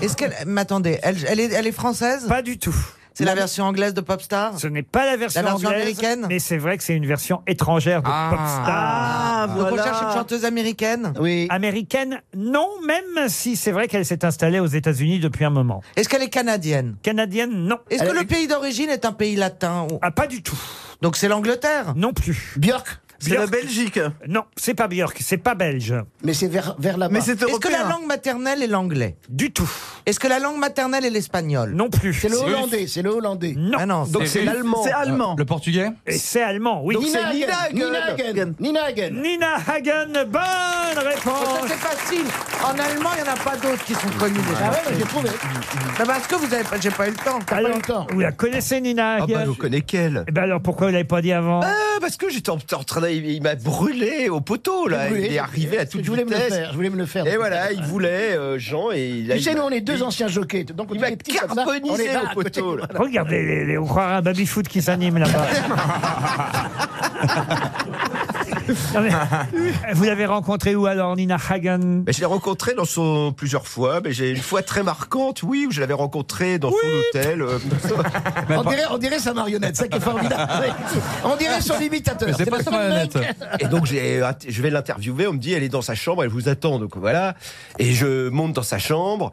J: Est-ce qu'elle. Mais attendez, elle, elle est, elle est française
D: Pas du tout.
J: C'est la version anglaise de Popstar
D: Ce n'est pas la version,
J: La version
D: anglaise,
J: américaine
D: mais c'est vrai que c'est une version étrangère de
E: Ah.
D: Popstar.
I: Ah,
J: Donc on cherche une
I: voilà.
J: chanteuse américaine
G: Oui.
I: Ah.
D: Américaine, non, même si c'est vrai qu'elle s'est installée aux États-Unis depuis un moment.
J: Est-ce qu'elle est canadienne
D: Canadienne, non.
J: Est-ce que le pays d'origine est un pays latin ou-
D: Ah, pas du tout.
J: Donc c'est l'Angleterre
D: Non plus.
G: Björk.
I: C'est la
D: Björk.
I: Belgique.
G: Ah
D: Non, c'est pas Björk, c'est pas belge.
G: Mais c'est vers, vers là-bas.
I: Mais c'est
J: Est-ce que la
I: européen.
J: langue maternelle est l'anglais
D: Du tout.
J: Est-ce que la langue maternelle est l'espagnol
D: Non plus.
G: C'est le Hollandais, c'est le Hollandais.
D: Non.
J: Ah non,
K: Donc c'est
E: russe.
K: l'allemand.
I: C'est allemand.
H: Le portugais
D: Et c'est allemand, oui.
G: Nina Hagen. Nina Hagen. Nina Hagen.
D: Nina Hagen, bonne
J: Oh, ça
D: réponse.
J: c'est facile. En allemand, il n'y en a pas d'autres qui sont connus déjà.
G: Ah ouais, mais j'ai trouvé.
J: Mais parce que vous avez pas, j'ai pas eu le temps.
G: pas
D: Alors,
G: longtemps.
D: vous la connaissez, Nina
K: Ah
D: Hagen
K: bah, je connais qu'elle.
D: Eh ben alors, pourquoi vous l'avez pas dit avant
K: Ah, parce que j'étais en, en train de- il m'a brûlé au poteau là.
G: Brûlé.
K: Il est arrivé à toute
G: Je voulais me le
K: vitesse.
G: faire. Je voulais me le faire.
K: Et voilà, il voulait euh, Jean et il a.
G: Tu sais, nous, on est deux
K: il-
G: anciens jockeys. Donc, on
K: Il
G: est
K: m'a
G: des petits comme ça, on est
K: carbonisé
G: là
K: au
G: à côté.
K: poteau. là.
D: Regardez, les, les- on croirait un baby-foot qui s'anime là-bas. Non, mais, vous l'avez rencontré où alors, Nina Hagen
K: Mais je l'ai rencontré dans son plusieurs fois, mais j'ai une fois très marquante, oui, où je l'avais rencontré dans son hôtel. euh,
G: On dirait, on dirait sa marionnette, ça qui est formidable. On dirait son imitateur.
H: Mais c'est pas
G: le
H: sa
G: seul mec.
H: marionnette.
K: et donc j'ai, att- je vais l'interviewer, on me dit elle est dans sa chambre, elle vous attend, donc voilà. Et je monte dans sa chambre,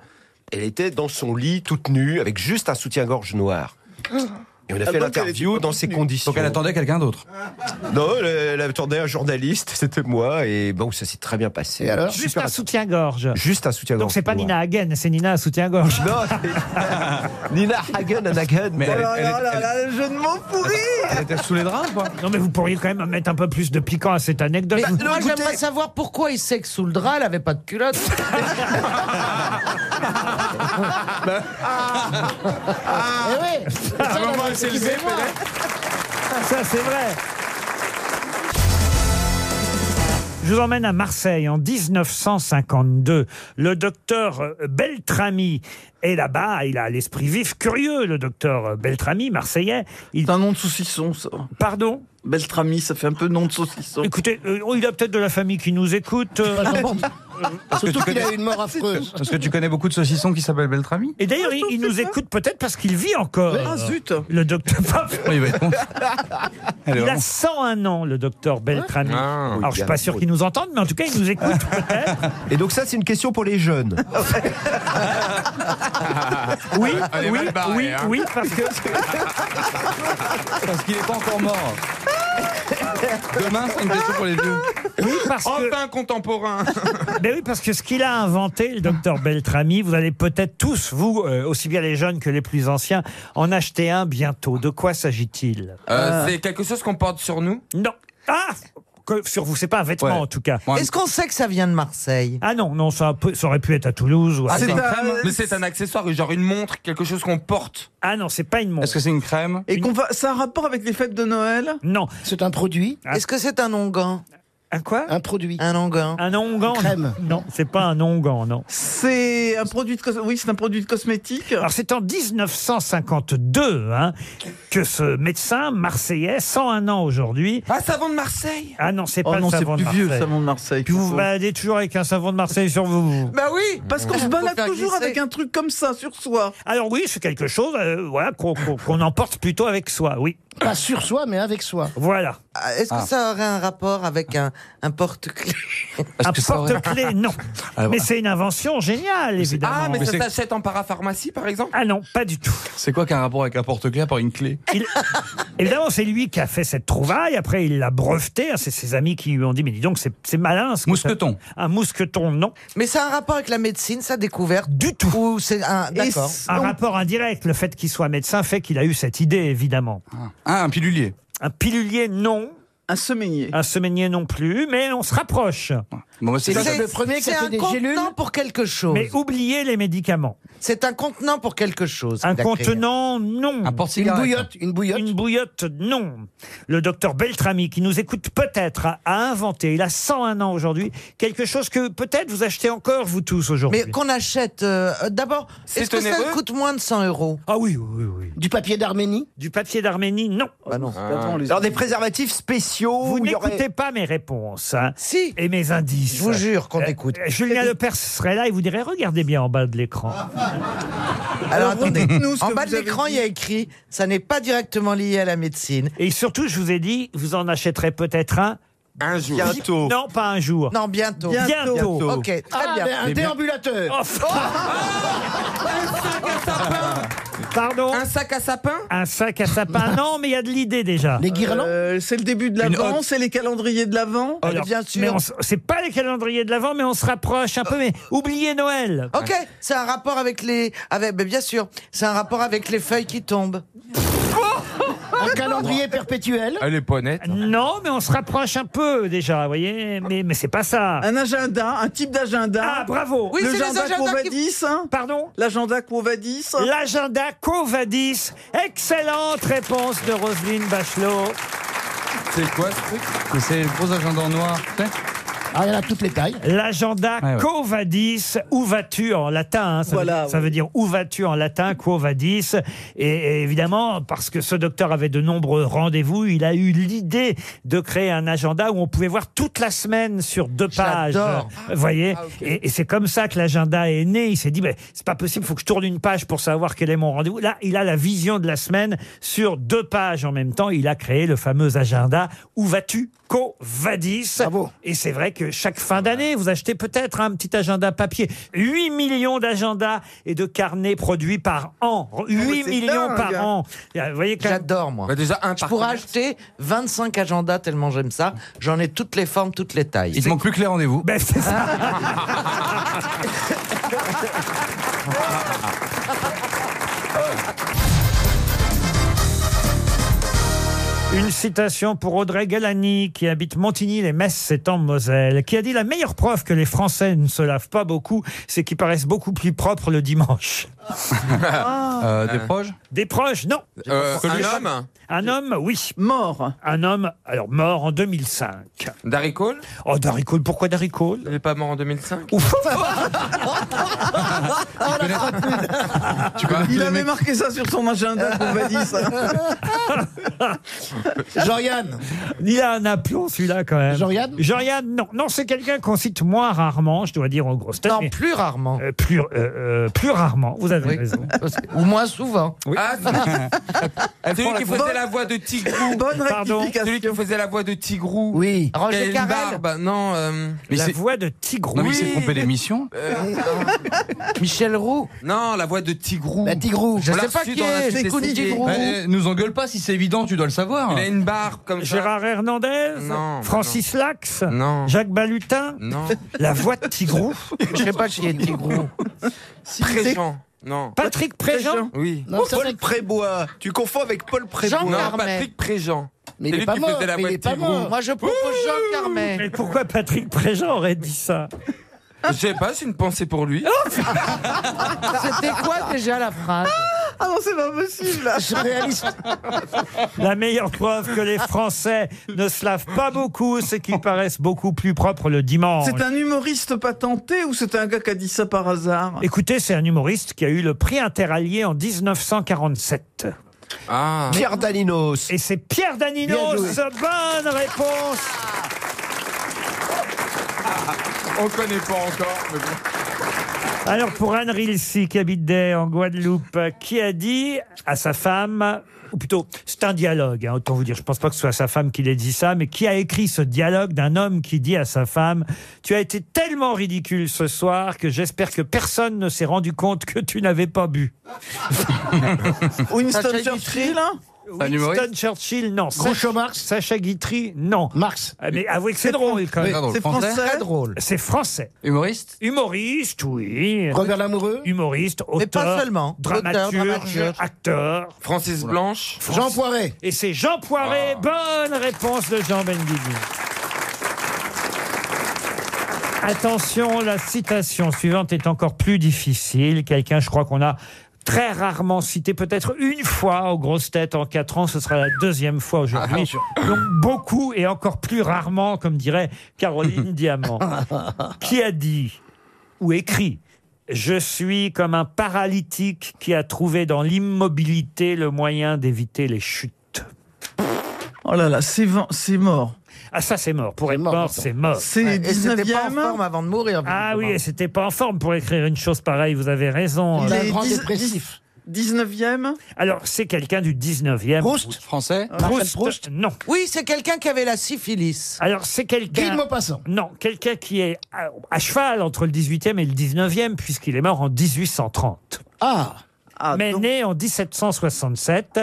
K: elle était dans son lit toute nue avec juste un soutien-gorge noir. Et on a fait
I: donc, elle
K: l'interview dans ces conditions.
H: Donc elle attendait quelqu'un d'autre.
K: Non, elle, elle attendait un journaliste, c'était moi, et bon, ça s'est très bien passé.
G: Et alors
D: Juste un soutien-gorge.
K: Juste un soutien-gorge.
D: Donc c'est pas
K: noir.
D: Nina Hagen, c'est Nina à soutien-gorge.
K: Non, c'est- Nina Hagen and Hagen.
H: Mais
I: Oh
H: elle-
I: là
H: elle-
I: là là
H: elle-
I: là, le jeu de mots pourri.
H: Elle était sous les draps quoi.
D: Non mais vous pourriez quand même mettre un peu plus de piquant à cette anecdote.
I: Bah,
J: Mais
K: Bah,
D: Vous-
J: moi, j'aimerais savoir pourquoi il sait que sous le drap, elle avait pas de culotte.
G: Eh ouais. C'est ça, la vraie-
E: c'est le
G: excusez-moi.
D: Ah, Ça, c'est vrai. Je vous emmène à Marseille en 1952. Le docteur euh, Beltrami est là-bas. Il a l'esprit vif, curieux, le docteur euh, Beltrami, marseillais. Il... C'est un nom de saucisson, ça. Pardon Beltrami, ça fait un peu nom de saucisson. Écoutez, euh, oh, il a peut-être de la famille qui nous écoute. euh.
H: Parce que tu connais-
I: Ah,
H: Parce que tu connais beaucoup de saucissons qui s'appellent Beltrami
D: Et d'ailleurs, il, il nous écoute peut-être parce qu'il vit encore.
H: Ah, zut.
D: Le docteur.
H: Il va être con.
D: Il
H: Elle est
D: a 101 ans, le docteur Beltrami.
K: Ah.
D: Alors, je suis pas sûr qu'il nous entende, mais en tout cas, il nous écoute peut-être.
K: Et donc ça, c'est une question pour les jeunes.
I: Ah,
D: Oui,
K: Elle est
D: oui,
K: mal barrée,
D: oui,
K: hein.
D: oui, parce que.
H: Parce qu'il n'est pas encore mort. Demain, c'est une question pour les vieux.
D: Oui, parce que.
E: Enfin contemporain.
D: Ben oui, parce que ce qu'il a inventé, le docteur Beltrami, vous allez peut-être tous, vous, euh, aussi bien les jeunes que les plus anciens, en acheter un bientôt. De quoi s'agit-il
E: Euh, C'est quelque chose qu'on porte sur nous
D: Non. Ah Que- Sur vous, c'est pas un vêtement en tout cas.
J: Est-ce qu'on sait que ça vient de Marseille
D: Ah non, non, ça, peut- ça aurait pu être à Toulouse ou à
E: Ah, c'est une crème Mais c'est un accessoire, genre une montre, quelque chose qu'on porte.
D: Ah non, c'est pas une montre.
H: Est-ce que c'est une crème
I: Et qu'on va... ça a un rapport avec les fêtes de Noël
D: Non.
N: C'est un produit
J: Est-ce que c'est un onguent
D: Un quoi
N: Un produit.
J: Un onguent.
D: Un onguent
J: Crème.
D: Non, c'est pas un onguent, non.
I: C'est un produit de cos- oui, c'est un produit de cosmétique.
D: Alors c'est en 1952 hein, que ce médecin marseillais, 101 ans aujourd'hui.
E: Ah, savon de Marseille
D: Ah non, c'est
I: Oh
D: pas
I: non,
D: le
I: c'est
D: savon de
I: plus vieux,
D: Marseille.
I: le savon de Marseille.
D: Puis vous vous
I: plutôt.
D: baladez toujours avec un savon de Marseille sur vous.
I: Bah oui, parce qu'on se balade
D: faire
I: toujours
D: glisser.
I: avec un truc comme ça sur soi.
D: Alors oui, c'est quelque chose euh, voilà, qu'on qu'on- qu'on emporte plutôt avec soi, oui.
N: Pas sur soi, mais avec soi.
D: Voilà.
J: Ah, Est-ce que
D: Ah.
J: ça aurait un rapport avec un, un porte-clés
D: Un porte-clés, non.
J: Ah,
D: Mais
J: voilà.
D: c'est une invention géniale, évidemment.
E: Ah, mais, ça s'achète en parapharmacie, par exemple
D: Ah non, pas du tout.
H: C'est quoi qu'un rapport avec un porte-clés par une clé
D: Il- Évidemment, c'est lui qui a fait cette trouvaille. Après, il l'a breveté. C'est ses amis qui lui ont dit, mais dis donc, c'est c'est malin. ce que
H: Mousqueton.
D: ça- Un mousqueton, non.
J: Mais ça a un rapport avec la médecine, sa découverte
D: Du tout.
J: Ou c'est
I: Ah,
J: un. D'accord.
D: Un rapport indirect. Le fait qu'il soit médecin fait qu'il a eu cette idée, évidemment.
H: Ah, un pilulier.
D: Un pilulier, non.
I: Un semainier.
D: Un semainier non plus, mais on se rapproche.
H: Bon, bah, c'est-
J: C'est- c'est un contenant pour quelque chose.
D: Mais oubliez les médicaments.
J: C'est un contenant pour quelque chose.
D: Un
J: qu'il a créé.
D: contenant, non.
J: Un porte-cigarette. Une bouillotte,
N: une bouillotte.
D: Une bouillotte, non. Le docteur Beltrami, qui nous écoute peut-être, a, a inventé, il a 101 ans aujourd'hui, quelque chose que peut-être vous achetez encore, vous tous, aujourd'hui.
J: Mais qu'on achète. euh, euh, D'abord,
D: C'est
J: est-ce que
D: onéreux
J: ça coûte moins de 100 euros
D: Ah oui, oui, oui.
N: Du papier d'Arménie
D: Du papier d'Arménie, non.
J: Ah bah non.
K: Alors des préservatifs spéciaux.
D: Vous
K: où il y aurait-
D: n'écoutez pas mes réponses hein,
J: si.
D: et mes indices.
J: Je vous jure qu'on écoute.
D: Euh, Julien Lepers serait là et vous dirait regardez bien en bas de l'écran.
J: Ah. Alors
D: Alors,
J: attendez,
D: dites-nous ce
J: en
D: que
J: bas
D: vous
J: de
D: avez
J: l'écran,
D: dit.
J: il y a écrit ça n'est pas directement lié à la médecine.
D: Et surtout, je vous ai dit, vous en achèterez peut-être un.
E: Un jour.
J: Bientôt.
D: Non, pas un jour.
J: Non, bientôt.
D: Bientôt. Oh.
J: Ok, très
N: Ah,
J: bien.
N: ben, un
D: Mais bien-
N: déambulateur.
D: Pardon
E: Un sac à sapin
D: Un sac à sapin, non, mais il y a de l'idée déjà.
N: Les guirlandes
I: Euh, c'est le début de l'avant, c'est les calendriers de l'avant.
J: Oh,
D: Alors, Mais on s- c'est pas les calendriers de l'avant, mais on se rapproche un peu. Mais oubliez Noël.
J: Ok, c'est un rapport avec les. Avec, ben, bien sûr, c'est un rapport avec les feuilles qui tombent.
N: Un calendrier perpétuel.
E: Elle est pas nette.
D: Non, mais on se rapproche un peu déjà, vous voyez. Mais, mais c'est pas ça.
I: Un agenda, un type d'agenda.
D: Ah, bravo.
I: Euh, Oui, c'est les agendas Covadis, hein
D: Pardon
I: L'agenda Covadis.
D: L'agenda Covadis. Excellente réponse de Roselyne Bachelot.
E: C'est quoi ce truc
H: Mais C'est le gros agenda en noir. tu sais
N: Ah, il y en a toutes les tailles.
D: L'agenda
H: Ouais, ouais.
D: Covadis, où vas-tu en latin hein, ça, veut,
I: Voilà,
D: ça
I: oui.
D: veut dire où vas-tu en latin, Quo vadis et, et évidemment, parce que ce docteur avait de nombreux rendez-vous, il a eu l'idée de créer un agenda où on pouvait voir toute la semaine sur deux pages.
I: Ah.
J: J'adore.
D: Vous voyez Et, et c'est comme ça que l'agenda est né. Il s'est dit, mais c'est pas possible, il faut que je tourne une page pour savoir quel est mon rendez-vous. Là, il a la vision de la semaine sur deux pages en même temps. Il a créé le fameux agenda Où vas-tu Quo vadis Et c'est vrai que chaque fin d'année, vous achetez peut-être un petit agenda papier. 8 millions d'agendas et de carnets produits par an. 8
J: Ah c'est
D: millions
J: dingue.
D: par an. Vous voyez quand même-
J: J'adore, moi.
E: Bah, déjà, un
J: Je
E: par
J: pourrais
E: commerce.
J: acheter 25 agendas tellement j'aime ça. J'en ai toutes les formes, toutes les tailles.
H: Il te manque plus que les rendez-vous.
E: Bah,
D: Ben, c'est ça. Une citation pour Audrey Galani, qui habite Montigny-les-Messes, c'est en Moselle, qui a dit La meilleure preuve que les Français ne se lavent pas beaucoup, c'est qu'ils paraissent beaucoup plus propres le dimanche.
H: Euh, des proches
D: Des proches, non.
H: Euh, un homme
D: Un homme, oui. Mort Un homme, alors mort en 2005.
E: Darry Cole
D: Oh, Darry Cole, pourquoi Darry Cole
E: Il n'est pas mort en 2005 Ah,
I: Il avait marqué ça sur son agenda qu'on m'a dit ça.
D: Jorian Il a un aplomb, celui-là, quand même. Jorian Jorian, non. Non, c'est quelqu'un qu'on cite moins rarement, je dois dire, en gros.
J: Euh,
D: Non, plus rarement. plus, euh, euh, plus rarement, vous avez raison. Ou moins souvent.
E: Ah, Celui qui faisait la voix de Tigrou.
D: Bonne
E: Pardon
D: rectification.
E: Celui qui faisait la voix de Tigrou.
N: Oui.
E: Qui a
D: Roger
E: une
D: Carrel.
E: barbe. Non. euh,
D: La voix de Tigrou.
E: Non, mais il s'est
D: c'est
E: trompé d'émission.
N: Michel Roux.
E: Non, la voix de Tigrou.
G: Bah,
N: La Tigrou.
E: On l'a reçu dans la société civile.
G: Oh.
H: Bah, euh, nous engueule pas si c'est évident, tu dois le savoir.
E: Il a une barbe comme ça.
D: Gérard Hernandez
E: Non.
D: Francis Lax Jacques Balutin
E: Non.
D: La voix de Tigrou
E: Je sais pas qui est
D: Tigrou.
E: Préjean. Non.
D: Patrick Préjean
E: Oui.
N: Non, ça,
K: Oh, Paul Prébois. Tu confonds avec Paul Prébois.
E: Non, Patrick Préjean.
K: Mais
E: C'est
K: il est
E: lui
K: pas
E: qui
K: mort,
E: faisait la
K: mais
E: voix
K: il
E: de
K: est pas
E: Tigrou.
K: mort. Moi, je propose Jean Carmet.
D: Mais pourquoi Patrick Préjean aurait dit ça
E: Je sais pas, c'est une pensée pour lui.
P: C'était quoi déjà la phrase
I: Ah non, c'est pas possible là.
N: Je réalise.
D: La meilleure preuve que les Français ne se lavent pas beaucoup, c'est qu'ils paraissent beaucoup plus propres le dimanche.
I: C'est un humoriste patenté ou c'est un gars qui a dit ça par hasard
D: Écoutez, c'est un humoriste qui a eu le prix interallié en 1947.
E: Ah,
K: Pierre Daninos.
D: Et c'est Pierre
K: Bien
D: Daninos,
K: joué.
D: bonne réponse
E: On connaît pas encore, mais bon.
D: Alors pour Anne Rilsi, qui habite Day, en Guadeloupe, qui a dit à sa femme, ou plutôt c'est un dialogue, hein, autant vous dire, je pense pas que ce soit sa femme qui l'ait dit ça, mais qui a écrit ce dialogue d'un homme qui dit à sa femme, tu as été tellement ridicule ce soir que j'espère que personne ne s'est rendu compte que tu n'avais pas bu.
I: Winston Churchill hein
D: Winston Churchill, non. Groucho Marx Sacha Guitry, non. Marx. Ah, Mais avouez que c'est drôle quand même.
H: Oui, c'est C'est français. français. Très
D: drôle. C'est français.
H: Humoriste
D: Humoriste, oui.
N: Robert Lamoureux
D: Humoriste, auteur.
J: Mais pas seulement. Auteur,
D: Dramaturge,
J: dramaturge.
D: acteur.
E: Francis Blanche.
D: Jean Poiret. Et c'est Jean Poiret. Bonne réponse de Jean Benguigui. Attention, la citation suivante est encore plus difficile. Quelqu'un, je crois qu'on a très rarement cité, peut-être une fois aux grosses têtes en quatre ans. Ce sera la deuxième fois aujourd'hui.
N: Attention.
D: Donc beaucoup et encore plus rarement, comme dirait Caroline Diamant, qui a dit ou écrit Je suis comme un paralytique qui a trouvé dans l'immobilité le moyen d'éviter les chutes.
I: Oh là là, c'est vent- c'est mort.
D: Ah, ça, c'est mort. Pour être mort, c'est mort.
I: C'est
J: Et c'était pas en
I: 19e.
J: forme avant de mourir.
D: Ah oui, et c'était pas en forme pour écrire une chose pareille, vous avez raison.
I: Il est dix- dix- 19e
D: Alors, c'est quelqu'un du 19e. Proust Ah,
H: Français
D: Proust, non.
J: Oui, c'est quelqu'un qui avait la syphilis.
D: Alors, c'est quelqu'un.
J: Guy de Maupassant.
D: Non, quelqu'un qui est à, à cheval entre le 18e et le 19e, puisqu'il est mort en 1830.
N: Ah
D: mais né en 1767,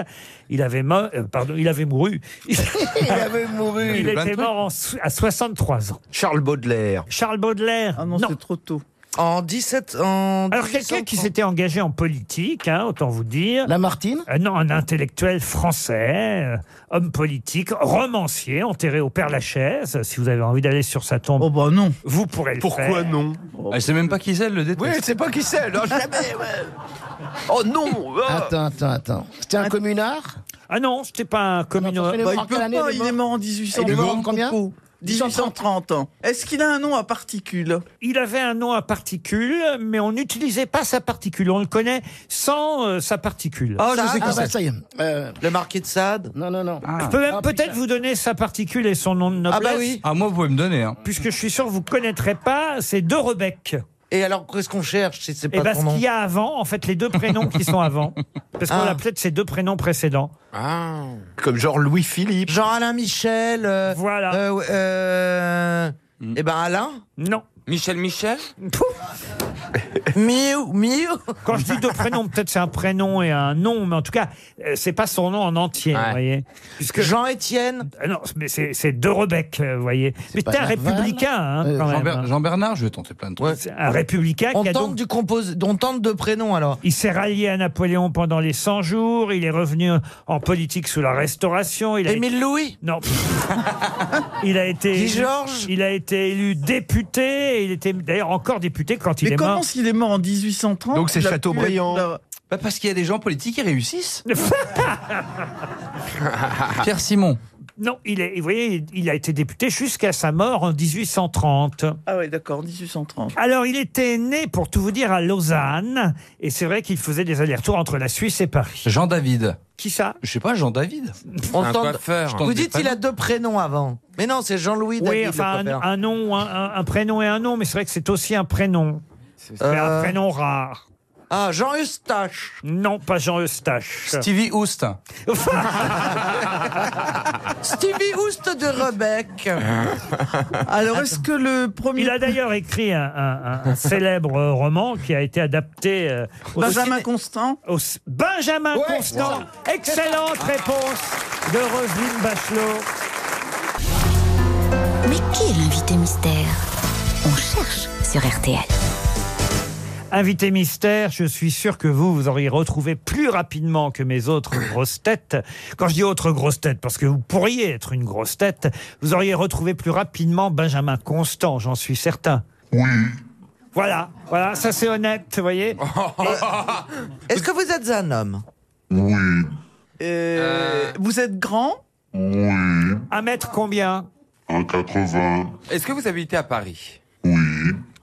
D: il avait, mo- euh, pardon, il avait mouru. Il
N: Il avait mouru.
D: Il était mort en so- à 63 ans.
K: Charles Baudelaire.
D: Charles Baudelaire. Ah non, c'est
I: trop tôt.
J: En 17. En
D: Alors, quelqu'un qui s'était engagé en politique, hein, autant vous dire. euh,
N: Lamartine
D: Non, un intellectuel français, euh, homme politique, romancier, enterré au Père Lachaise. Si vous avez envie d'aller sur sa tombe.
I: Oh, bah non.
D: Vous pourrez le faire.
K: Pourquoi non
H: Elle sait même pas qui c'est, le déteste.
K: Oui, c'est pas qui c'est. Non, jamais. ouais. Oh non. ah.
N: Attends, attends, attends. C'était un communard
D: Ah non, c'était pas un communard.
I: Bah, il peut pas, il est mort en 1800.
N: Il est mort en combien
I: 1830 ans. Est-ce qu'il a un nom à particules
D: Il avait un nom à particules, mais on n'utilisait pas sa particule. On le connaît sans euh, sa particule.
N: ah, bah, ça y est. Euh,
J: Le marquis de Sade
N: Non, non, non.
D: Je peux même peut-être vous donner sa particule et son nom de
I: bah
D: noblesse.
J: bah
H: Ah, moi, vous pouvez me donner. Hein.
D: Puisque je suis sûr que vous ne connaîtrez pas, c'est deux Rebec.
J: Et alors, qu'est-ce qu'on cherche si c'est
D: Et
J: pas
D: bien,
J: ton
D: ce
J: nom
D: qu'il y a avant, en fait, les deux prénoms qui sont avant. Parce qu'on
J: Ah.
D: l'appelait de ses deux prénoms précédents.
K: Comme genre Louis-Philippe.
J: Jean Alain Michel.
D: voilà.
J: Euh, euh, Eh ben Alain.
D: Non.
E: Michel Michel
J: Miou, miou.
D: Quand je dis deux prénoms, peut-être c'est un prénom et un nom, mais en tout cas, euh, c'est pas son nom en entier, vous voyez. euh,
J: Jean-Étienne
D: Non, mais c'est c'est deux Rebec, euh, vous voyez. Mais t'es un républicain, hein,
J: Euh,
D: quand même. hein.
H: Jean-Bernard, je vais tenter plein de trucs.
D: un républicain
J: On
D: qui a
J: tente,
D: donc-
J: du compos... on tente de prénoms alors.
D: Il s'est rallié à Napoléon pendant les 100 jours, il est revenu en politique sous la Restauration. Il a
J: Émile
D: été-
J: Louis
D: Non. il a été
J: Guy
D: élu-
J: Georges
D: Il a été élu député député. Il était d'ailleurs encore député quand il
I: Mais
D: est
I: comment
D: mort.
I: s'il est mort en 1830
D: Donc c'est
I: la-
D: Chateaubriand.
I: la-
H: parce qu'il y a des gens politiques qui réussissent.
D: Pierre Simon. Non, il est, vous voyez, il a été député jusqu'à sa mort en 1830.
I: Ah oui, d'accord, 1830.
D: Alors, il était né, pour tout vous dire, à Lausanne. Et c'est vrai qu'il faisait des allers-retours entre la Suisse et Paris.
H: Jean David.
D: Qui ça
H: Je sais pas, Jean David.
J: Vous dites il a deux prénoms avant. Mais non, c'est Jean-Louis
D: Oui,
J: David. le
D: enfin, un,
J: copain.
D: un nom, un, un- un prénom et un nom, mais c'est vrai que c'est aussi un prénom. C'est un
J: Euh.
D: prénom rare. Ah, Jean Eustache. Non, pas Jean Eustache.
H: Stevie Oust. Ah,
J: Stevie Oust de Rebec.
I: Alors, est-ce que le premier.
D: Il a d'ailleurs écrit un, un- un- un célèbre euh, roman qui a été adapté. euh, au
I: Benjamin
D: ciné-
I: Constant
D: au c- Benjamin
I: Ouais,
D: Constant.
I: voilà.
D: Excellente réponse de Roselyne Bachelot.
C: Mais qui est l'invité mystère On cherche sur RTL.
D: Invité mystère, je suis sûr que vous, vous auriez retrouvé plus rapidement que mes autres grosses têtes. Quand je dis autres grosses têtes, parce que vous pourriez être une grosse tête, vous auriez retrouvé plus rapidement Benjamin Constant, j'en suis certain. Oui. Voilà, voilà, ça c'est honnête, vous voyez.
J: Est-ce que vous êtes un homme
D: Oui.
I: Vous êtes grand
D: Oui. Un mètre combien
Q: 1,80.
J: Est-ce que vous habitez à Paris Oui.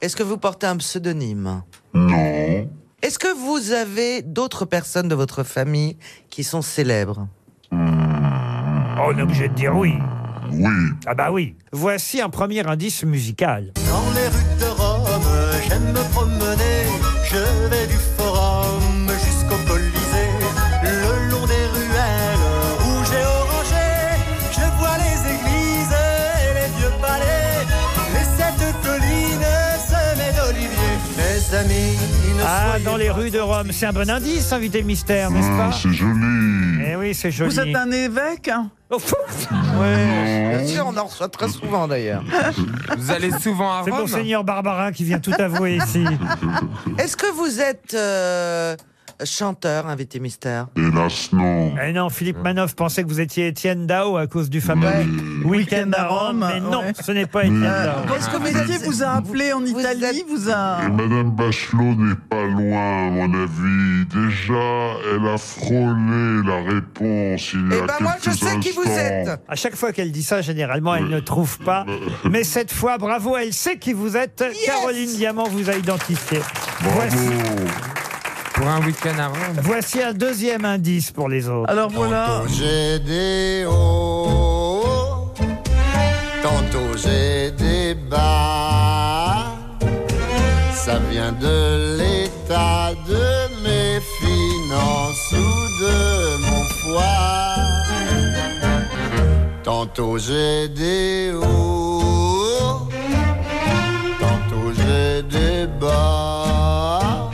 J: Est-ce que vous portez un pseudonyme
Q: Non.
J: Est-ce que vous avez d'autres personnes de votre famille qui sont célèbres
D: Oh, On est obligé de dire oui. Oui. Ah bah oui. Voici un premier indice musical.
R: Dans les rues de Rome, j'aime me promener. Je vais du Forum jusqu'au Colisée. Le long des ruelles rouges et orangées, je vois les églises et les vieux palais. Et cette colline semée d'oliviers. Mes amis, ne
D: Ah,
R: soyez
D: dans les rues de Rome, c'est un bon indice, invité mystère, n'est-ce pas
Q: Ah, C'est joli.
D: Eh oui, c'est joli. Oh,
I: Vous êtes un évêque
J: Bien sûr, on en reçoit très souvent d'ailleurs.
E: Vous allez souvent à
D: C'est
E: Rome
D: Monseigneur Barbarin qui vient tout avouer ici.
J: Est-ce que vous êtes euh, chanteur, invité mystère
Q: Hélas, non.
D: Eh non, Philippe Manoff pensait que vous étiez Étienne Dao à cause du fameux week-end à Rome, mais non, ce n'est pas Étienne
Q: Euh,
D: Dao.
I: Est-ce que Médier vous a appelé en Italie vous a...
Q: Et Madame Bachelot n'est pas loin, à mon avis. Déjà, elle a frôlé la réponse il y
J: Eh ben,
Q: a quelques instants.
D: À chaque fois qu'elle dit ça, généralement,
Q: Euh,
D: elle ne trouve pas. Mais cette fois, bravo, elle sait qui vous êtes. Caroline Diamant vous a identifié. Voici,
E: Pour un week-end à
S: Ah,
E: Rome.
D: voici un deuxième indice pour les autres.
I: Alors voilà.
R: J'ai des hauts, tantôt j'ai des bas. Ça vient de l'état de mes finances ou de mon foie. Tantôt j'ai des hauts, tantôt j'ai des bas.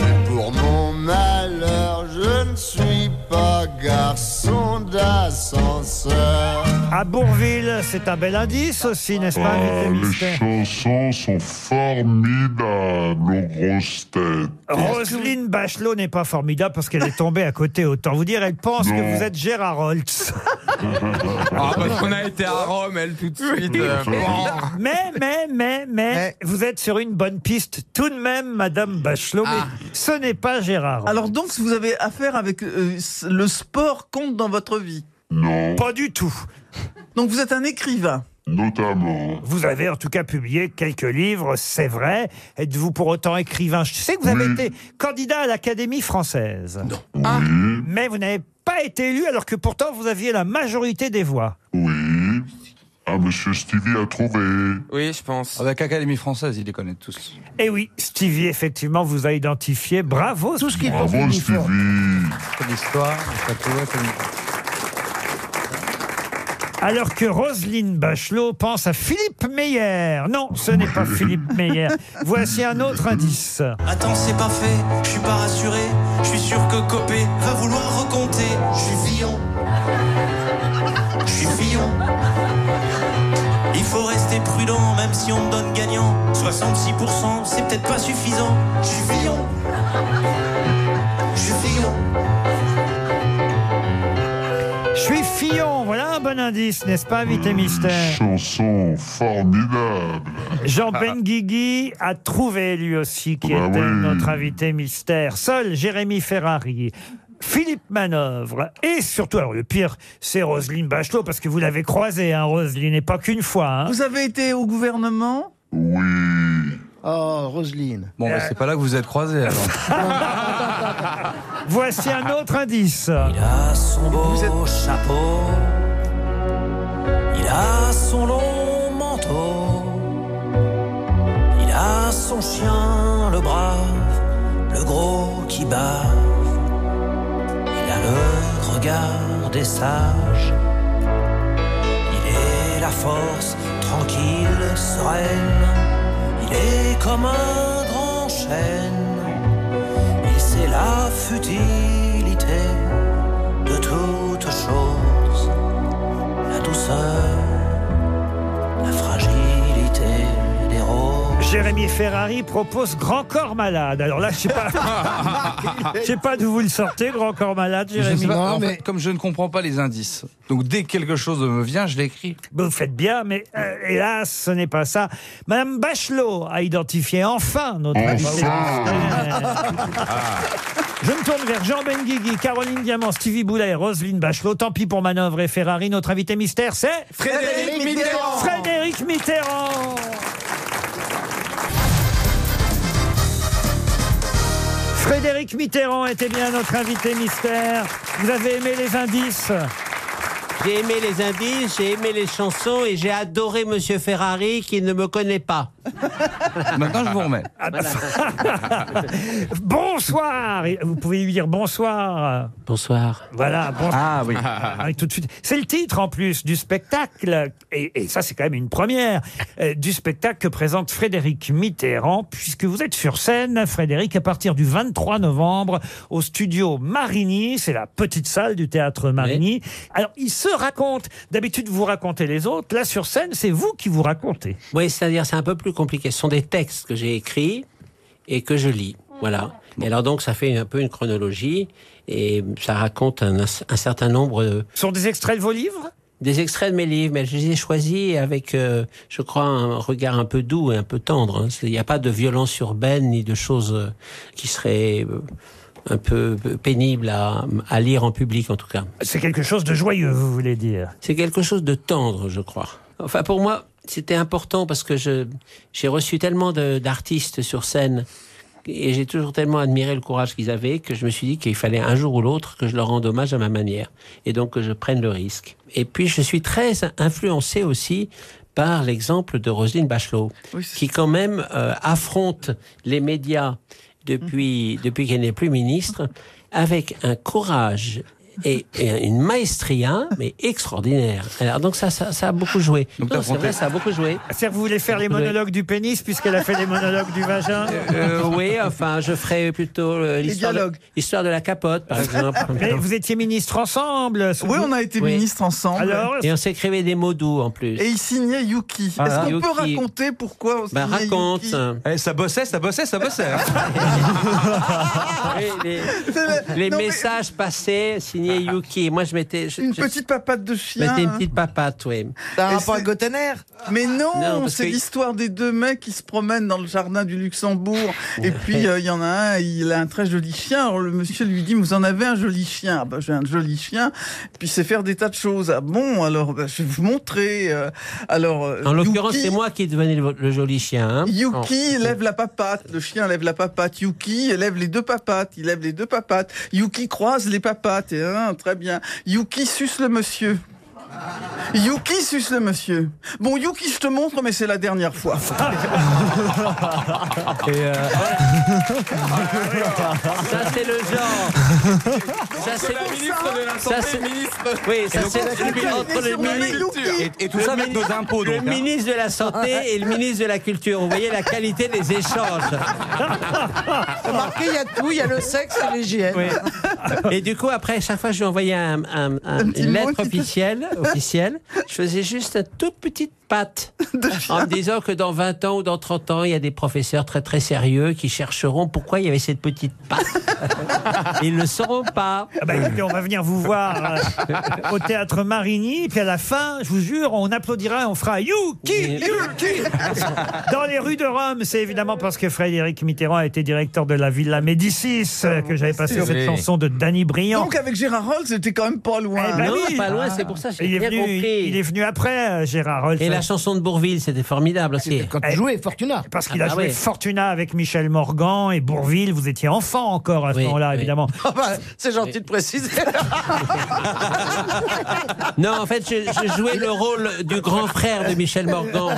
R: Mais pour mon malheur, je ne suis pas garçon d'ascenseur.
D: À Bourville, c'est un bel indice aussi, n'est-ce pas,
Q: Ah,
D: invité
Q: les
D: mystère
Q: chansons sont formidables aux grosses têtes.
D: Roselyne Bachelot n'est pas formidable parce qu'elle est tombée à côté. Autant vous dire, elle pense
Q: Non.
D: que vous êtes Gérard Holtz.
E: Ah, parce qu'on a été à Rome, elle, tout de suite. euh, bon.
D: mais, mais, mais, mais, vous êtes sur une bonne piste tout de même, Madame Bachelot, mais ce n'est pas Gérard.
I: Alors donc, vous avez affaire avec euh, s- le sport compte dans votre vie
Q: Non.
D: Pas du tout.
I: Donc vous êtes un écrivain
Q: Notamment.
D: Vous avez en tout cas publié quelques livres, c'est vrai. Êtes-vous pour autant écrivain Je sais que vous avez été candidat à l'Académie française. Non. mais vous n'avez pas été élu alors que pourtant vous aviez la majorité des voix.
Q: Oui. Ah, monsieur Stevie a trouvé.
E: Oui, je
S: Ah,
E: pense.
H: Avec l'Académie bah, française, ils les connaissent tous.
D: Et Eh oui, Stevie, effectivement, vous a identifié. Bravo. Tout ce qui
H: Bravo, porte l'uniforme.
D: Quelle histoire. Alors que Roselyne Bachelot pense à Philippe Meyer. Non, ce n'est pas Philippe Meyer. Voici un autre indice.
R: Attends, c'est pas fait, je suis pas rassuré, je suis sûr que Copé va vouloir recompter. Je suis Fillon. Je suis Fillon. Il faut rester prudent, même si on me donne gagnant. 66%, c'est peut-être pas suffisant. Je suis Fillon. Je suis Fillon.
D: Je suis Fillon. Voilà un bon indice, n'est-ce pas, invité mystère
Q: Chanson formidable.
D: Jean Benguigui a trouvé lui aussi qui
Q: Bah
D: était
Q: oui.
D: notre invité mystère. Seul Jérémy Ferrari. Philippe Manœuvre et surtout, alors le pire, c'est Roselyne Bachelot parce que vous l'avez croisée, hein, Roselyne, et pas qu'une fois. hein. Vous avez été au gouvernement
N: Oh, Roselyne.
H: Bon, bah, c'est pas là que vous êtes croisés alors.
D: Voici un autre indice.
R: Il a son beau chapeau, il a son long manteau, il a son chien le brave, le gros qui bave, il a le regard des sages, il est la force tranquille, sereine, il est comme un grand chêne, il sait la futilité de toute chose, la douceur, la fragilité des roses.
D: Jérémy Ferrari propose Grand Corps Malade. Alors là, je sais pas, je sais pas d'où vous le sortez, Grand Corps Malade,
H: Je
D: Jérémy.
H: sais pas, en fait, comme je ne comprends pas les indices, donc dès que quelque chose me vient, je l'écris.
D: Ben, vous faites bien, mais euh, hélas, ce n'est pas ça. Madame Bachelot a identifié enfin notre invité. Je me tourne vers Jean Benguigui, Caroline Diamant, Stevie Boulet, Roselyne Bachelot. Tant pis pour Manœuvre et Ferrari. Notre invité mystère, c'est
R: Frédéric Mitterrand.
D: Frédéric Mitterrand. Frédéric Mitterrand était bien notre invité mystère. Vous avez aimé les indices
S: J'ai aimé les indices, j'ai aimé les chansons et j'ai adoré Monsieur Ferrari qui ne me connaît pas.
H: Maintenant, je vous remets.
D: Bonsoir Et Vous pouvez lui dire bonsoir.
S: Bonsoir.
D: Voilà, bonsoir.
S: Ah oui.
D: Ah, tout de suite. C'est le titre en plus du spectacle, et, et ça c'est quand même une première, euh, du spectacle que présente Frédéric Mitterrand, puisque vous êtes sur scène, Frédéric, à partir du 23 novembre, au studio Marigny, c'est la petite salle du théâtre Marigny. Alors, il se raconte, d'habitude vous racontez les autres, là sur scène, c'est vous qui vous racontez.
S: Oui, c'est-à-dire c'est un peu plus compliqué. Ce sont des textes que j'ai écrits et que je lis. Voilà. Et alors donc ça fait un peu une chronologie et ça raconte un, un certain nombre de...
D: Ce sont des extraits de vos livres
S: Des extraits de mes livres, mais je les ai choisis avec, euh, je crois, un regard un peu doux et un peu tendre. hein. C'est- Il n'y a pas de violence urbaine ni de choses euh, qui seraient euh, un peu euh, pénibles à, à lire en public en tout cas.
D: C'est quelque chose de joyeux, vous voulez dire.
S: C'est quelque chose de tendre, je crois. Enfin, pour moi, c'était important parce que je, j'ai reçu tellement de- d'artistes sur scène et j'ai toujours tellement admiré le courage qu'ils avaient que je me suis dit qu'il fallait un jour ou l'autre que je leur rende hommage à ma manière et donc que je prenne le risque. Et puis, je suis très influencé aussi par l'exemple de Roselyne Bachelot, qui quand même euh, affronte les médias depuis, depuis qu'elle n'est plus ministre avec un courage et, et une maestria, mais extraordinaire. Alors, donc ça, ça, ça a beaucoup joué.
D: Donc, t'as
S: Non, c'est
D: affronté-
S: vrai, ça a beaucoup joué.
D: Ah, C'est-à-dire que vous voulez faire les
S: Oui.
D: monologues du pénis, puisqu'elle a fait les monologues du vagin
S: Euh, oui, enfin, je ferai plutôt euh, l'histoire de, l'histoire de la capote, par exemple.
D: Mais vous étiez ministre ensemble
I: Oui, on a été ministre ensemble.
S: Alors, et on s'écrivait des mots doux en plus.
I: Et il signait Yuki.
S: Ah,
I: Est-ce qu'on
S: Yuki.
I: peut raconter pourquoi on
S: Bah,
I: signait
S: raconte.
I: Yuki
H: Eh, ça bossait, ça bossait, ça bossait. hein.
S: Oui, les les messages passés signés Yuki. Moi, je m'étais. je-
I: Une
S: je-
I: petite papate de chien.
S: C'était une
I: hein.
S: petite papate, oui.
I: Et c'est- Mais non,
S: Non, parce
I: c'est
S: que-
I: l'histoire des deux mecs qui se promènent dans le jardin du Luxembourg. Et puis, euh, il y en a un, il a un très joli chien. Alors, le monsieur lui dit, vous en avez un joli chien. Ah, bah, j'ai un joli chien. Puis, c'est faire des tas de choses. Ah bon, alors, bah, je vais vous montrer. Euh, alors, euh,
S: En l'occurrence,
I: Yuki-
S: c'est moi qui devenais le, le joli chien. hein.
I: Yuki
S: Oh.
I: lève la papate, le chien lève la papate, Yuki lève les deux papates, il lève les deux papates, Yuki croise les papates, et, hein, très bien. Yuki suce le monsieur. Yuki suce le monsieur. Bon, Yuki, je te montre, mais c'est la dernière fois.
D: Ah.
S: euh, Ça, c'est le genre. ça, c'est
R: la ministre de la
S: Ça,
R: Santé,
S: c'est-
R: ministre.
S: Oui,
R: Et
S: ça
R: donc,
S: c'est
R: on a
S: entre
R: cultivé
S: le
R: sur le
S: ministre
R: menu. Et- et tout
S: le
R: ça avec
S: ministre-
R: nos impôts, donc,
S: Le
R: hein.
S: ministre de la santé et le ministre de la culture. Vous voyez la qualité des échanges.
P: Remarquez, il y a tout, il y a le sexe et les GN.
S: Et du coup, après, chaque fois, je lui envoyais un- un- un-
P: petit
S: une
P: mot
S: lettre
P: qui-
S: officielle, officielle. Je faisais juste une toute petite patte en me disant que dans 20 ans ou dans 30 ans, il y a des professeurs très très sérieux qui chercheront pourquoi il y avait cette petite patte. Ils ne sauront pas.
D: Ah bah écoutez, on va venir vous voir euh, au théâtre Marigny. Et puis à la fin, je vous jure, on applaudira et on fera Youki, Youki Dans les rues de Rome, c'est évidemment parce que Frédéric Mitterrand a été directeur de la Villa Médicis euh, que
P: Ah,
D: j'avais passé
I: sûr.
D: cette
I: Oui.
D: chanson de Danny Briand.
I: Donc avec Gérard Holt, c'était quand même pas loin.
D: Eh ben oui. il est venu, Il est venu après, euh, Gérard Rolf.
S: Et la chanson de Bourville, c'était formidable aussi.
D: Quand tu jouais
N: Fortuna.
D: Parce qu'il
S: Ah
D: a
S: bah
D: joué
S: ouais.
D: Fortuna avec Michel Morgan et Bourville. Vous étiez enfant encore à ce moment-là, évidemment.
J: Ah bah, C'est gentil de préciser.
S: Non, en fait, je, je jouais le rôle du grand frère de Michel Morgan.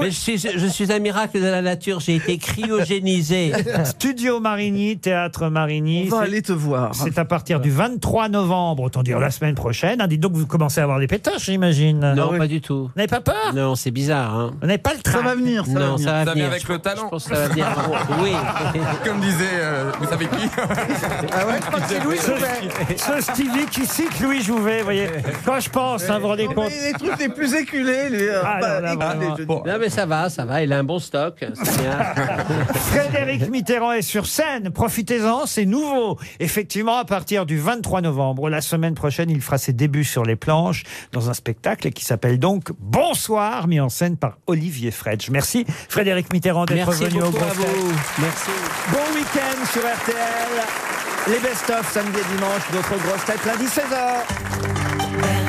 S: Mais je, suis, je suis un miracle de la nature, j'ai été cryogénisé.
D: Ah Studio Marigny, Théâtre Marigny.
S: On va
D: C'est-
S: aller
I: te voir.
D: C'est à partir du 23 novembre, autant dire la semaine prochaine. Hein, dites donc, vous commencez à avoir des pétaches, j'imagine. Ah
S: Non, pas du tout.
D: Vous n'avez pas peur
S: Non, c'est bizarre. Hein.
D: Vous n'avez pas le train.
S: va venir, ça Non, va venir. ça va venir.
E: avec le talent. Je pense
S: que ça va venir. Oui.
E: Comme disait, euh, vous savez qui Ah ouais,
D: Ce, ce Stevie qui cite Louis Jouvet, vous voyez. Quand je pense, hein, vous vous rendez
I: Non,
D: compte.
I: mais les trucs les plus éculés, les. euh,
D: Ah,
I: bah,
D: non, là,
I: éculés,
D: vraiment.
I: je dis.
S: Non, mais ça va, ça va, il a un bon stock. c'est bien.
D: Frédéric Mitterrand est sur scène. Profitez-en, c'est nouveau. Effectivement, à partir du 23 novembre, la semaine prochaine, il fera ses débuts sur les planches dans un spectacle qui s'appelle donc Bonsoir, mis en scène par Olivier Fredge. Merci Frédéric Mitterrand d'être
S: Merci
D: venu au
S: beaucoup à
D: Grosses Têtes.
S: vous. Merci.
F: Bon week-end sur RTL. Les best-of samedi et dimanche, d'autres grosses têtes lundi 16h.